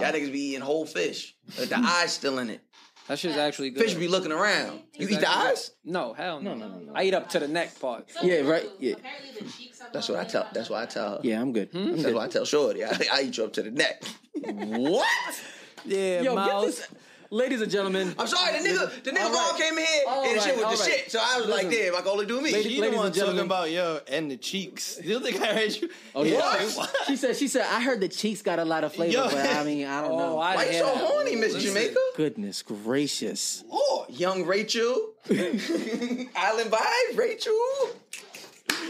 [laughs] Y'all niggas be eating whole fish. But [laughs] the eyes still in it. That shit's actually good. Fish be looking around. You eat the eyes? No, hell no. No, no, no, no. I eat up to the neck part. Yeah, right. Yeah, Apparently the cheeks are That's what I tell. That's what I tell her. yeah. I'm good. I'm That's good. what I tell Shorty. I, I eat you up to the neck. What? Yeah, Yo, get Miles. this, ladies and gentlemen. I'm sorry, the nigga, the nigga All Ron right. came in here All and the shit right, all was the right. shit. So I was like, Listen. damn, I can only do me. Ladies- You the one and talking gentlemen. about yo and the cheeks. [laughs] You think I heard you? Oh yeah. What? What? She said. She said. I heard the cheeks got a lot of flavor, Yo. but I mean, I don't Oh, know. I Why you hear so that. horny, Miss Jamaica? Goodness gracious. Oh, [laughs] young Rachel. Island vibe, Rachel.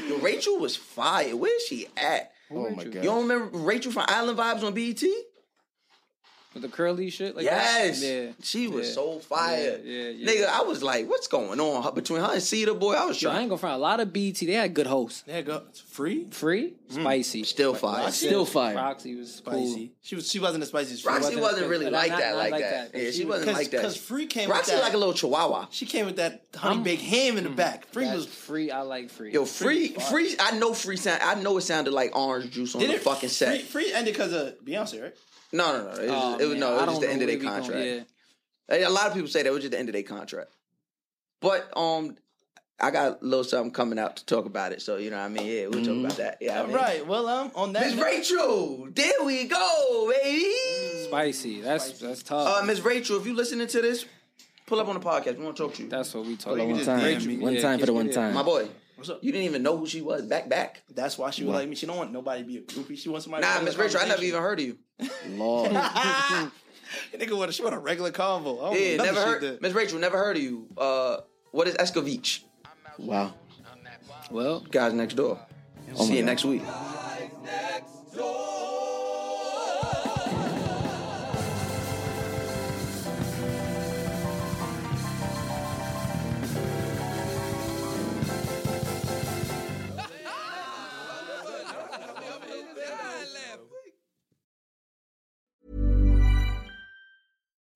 Yo, Rachel was fire. Where is she at? Oh my You god. don't remember Rachel from Island Vibes on E BET? With the curly shit like yes. that? Yeah. She was Yeah. so fire. Yeah, yeah, yeah. Nigga, I was like, what's going on? Her- Between her and Cedar Boy, I was Yo, I ain't trying. gonna front. A lot of BT, they had good hosts. There you go. It's free. Free, spicy. Mm. Still fire. Still fire. Roxy was spicy. Spicy. She was. She wasn't as spicy as free. Roxy wasn't, really Not- like not- that, not like like that. that. Yeah, she She wasn't Cause, like that. Cause free came Roxy with that. like a little chihuahua. She came with that honey baked ham mm, in the back. Free Cool. was. Free, I like free. Yo, free, free. I know free sound. I know it sounded like orange juice on Did the it fucking set. Free, free ended because of Beyonce, right? No, no, no. It was, Oh, just, it was man, no. I It was don't just the know end of where their we going- contract. yeah. Hey, A lot of people say that was just the end of their contract. But um, I got a little something coming out to talk about it. So you know, what I mean, yeah, we'll talk about that. Yeah, I Mm-hmm. All mean, right. Well, um, on that. Miss note- Rachel, there we go, baby. Spicy. That's that's tough. Uh, Miss Rachel, if you listening to this, pull up on the podcast. We want to talk to you, that's what we talk you about. One just time. did me. One Yeah, time for the yeah, one yeah. time. my boy. What's up? You didn't even know who she was back back. That's why she was like me. She don't want nobody to be "Oh, a groupie. She wants somebody. to Nah, have a Miss Rachel, I never conversation. even heard of you. Lord. Nigga, want she want a regular convo. I don't Yeah, know nothing never she heard. did. Miss Rachel, never heard of you. Uh, what is Escovitch? [laughs] Wow. Well, Guys next door. Oh Oh See you next week.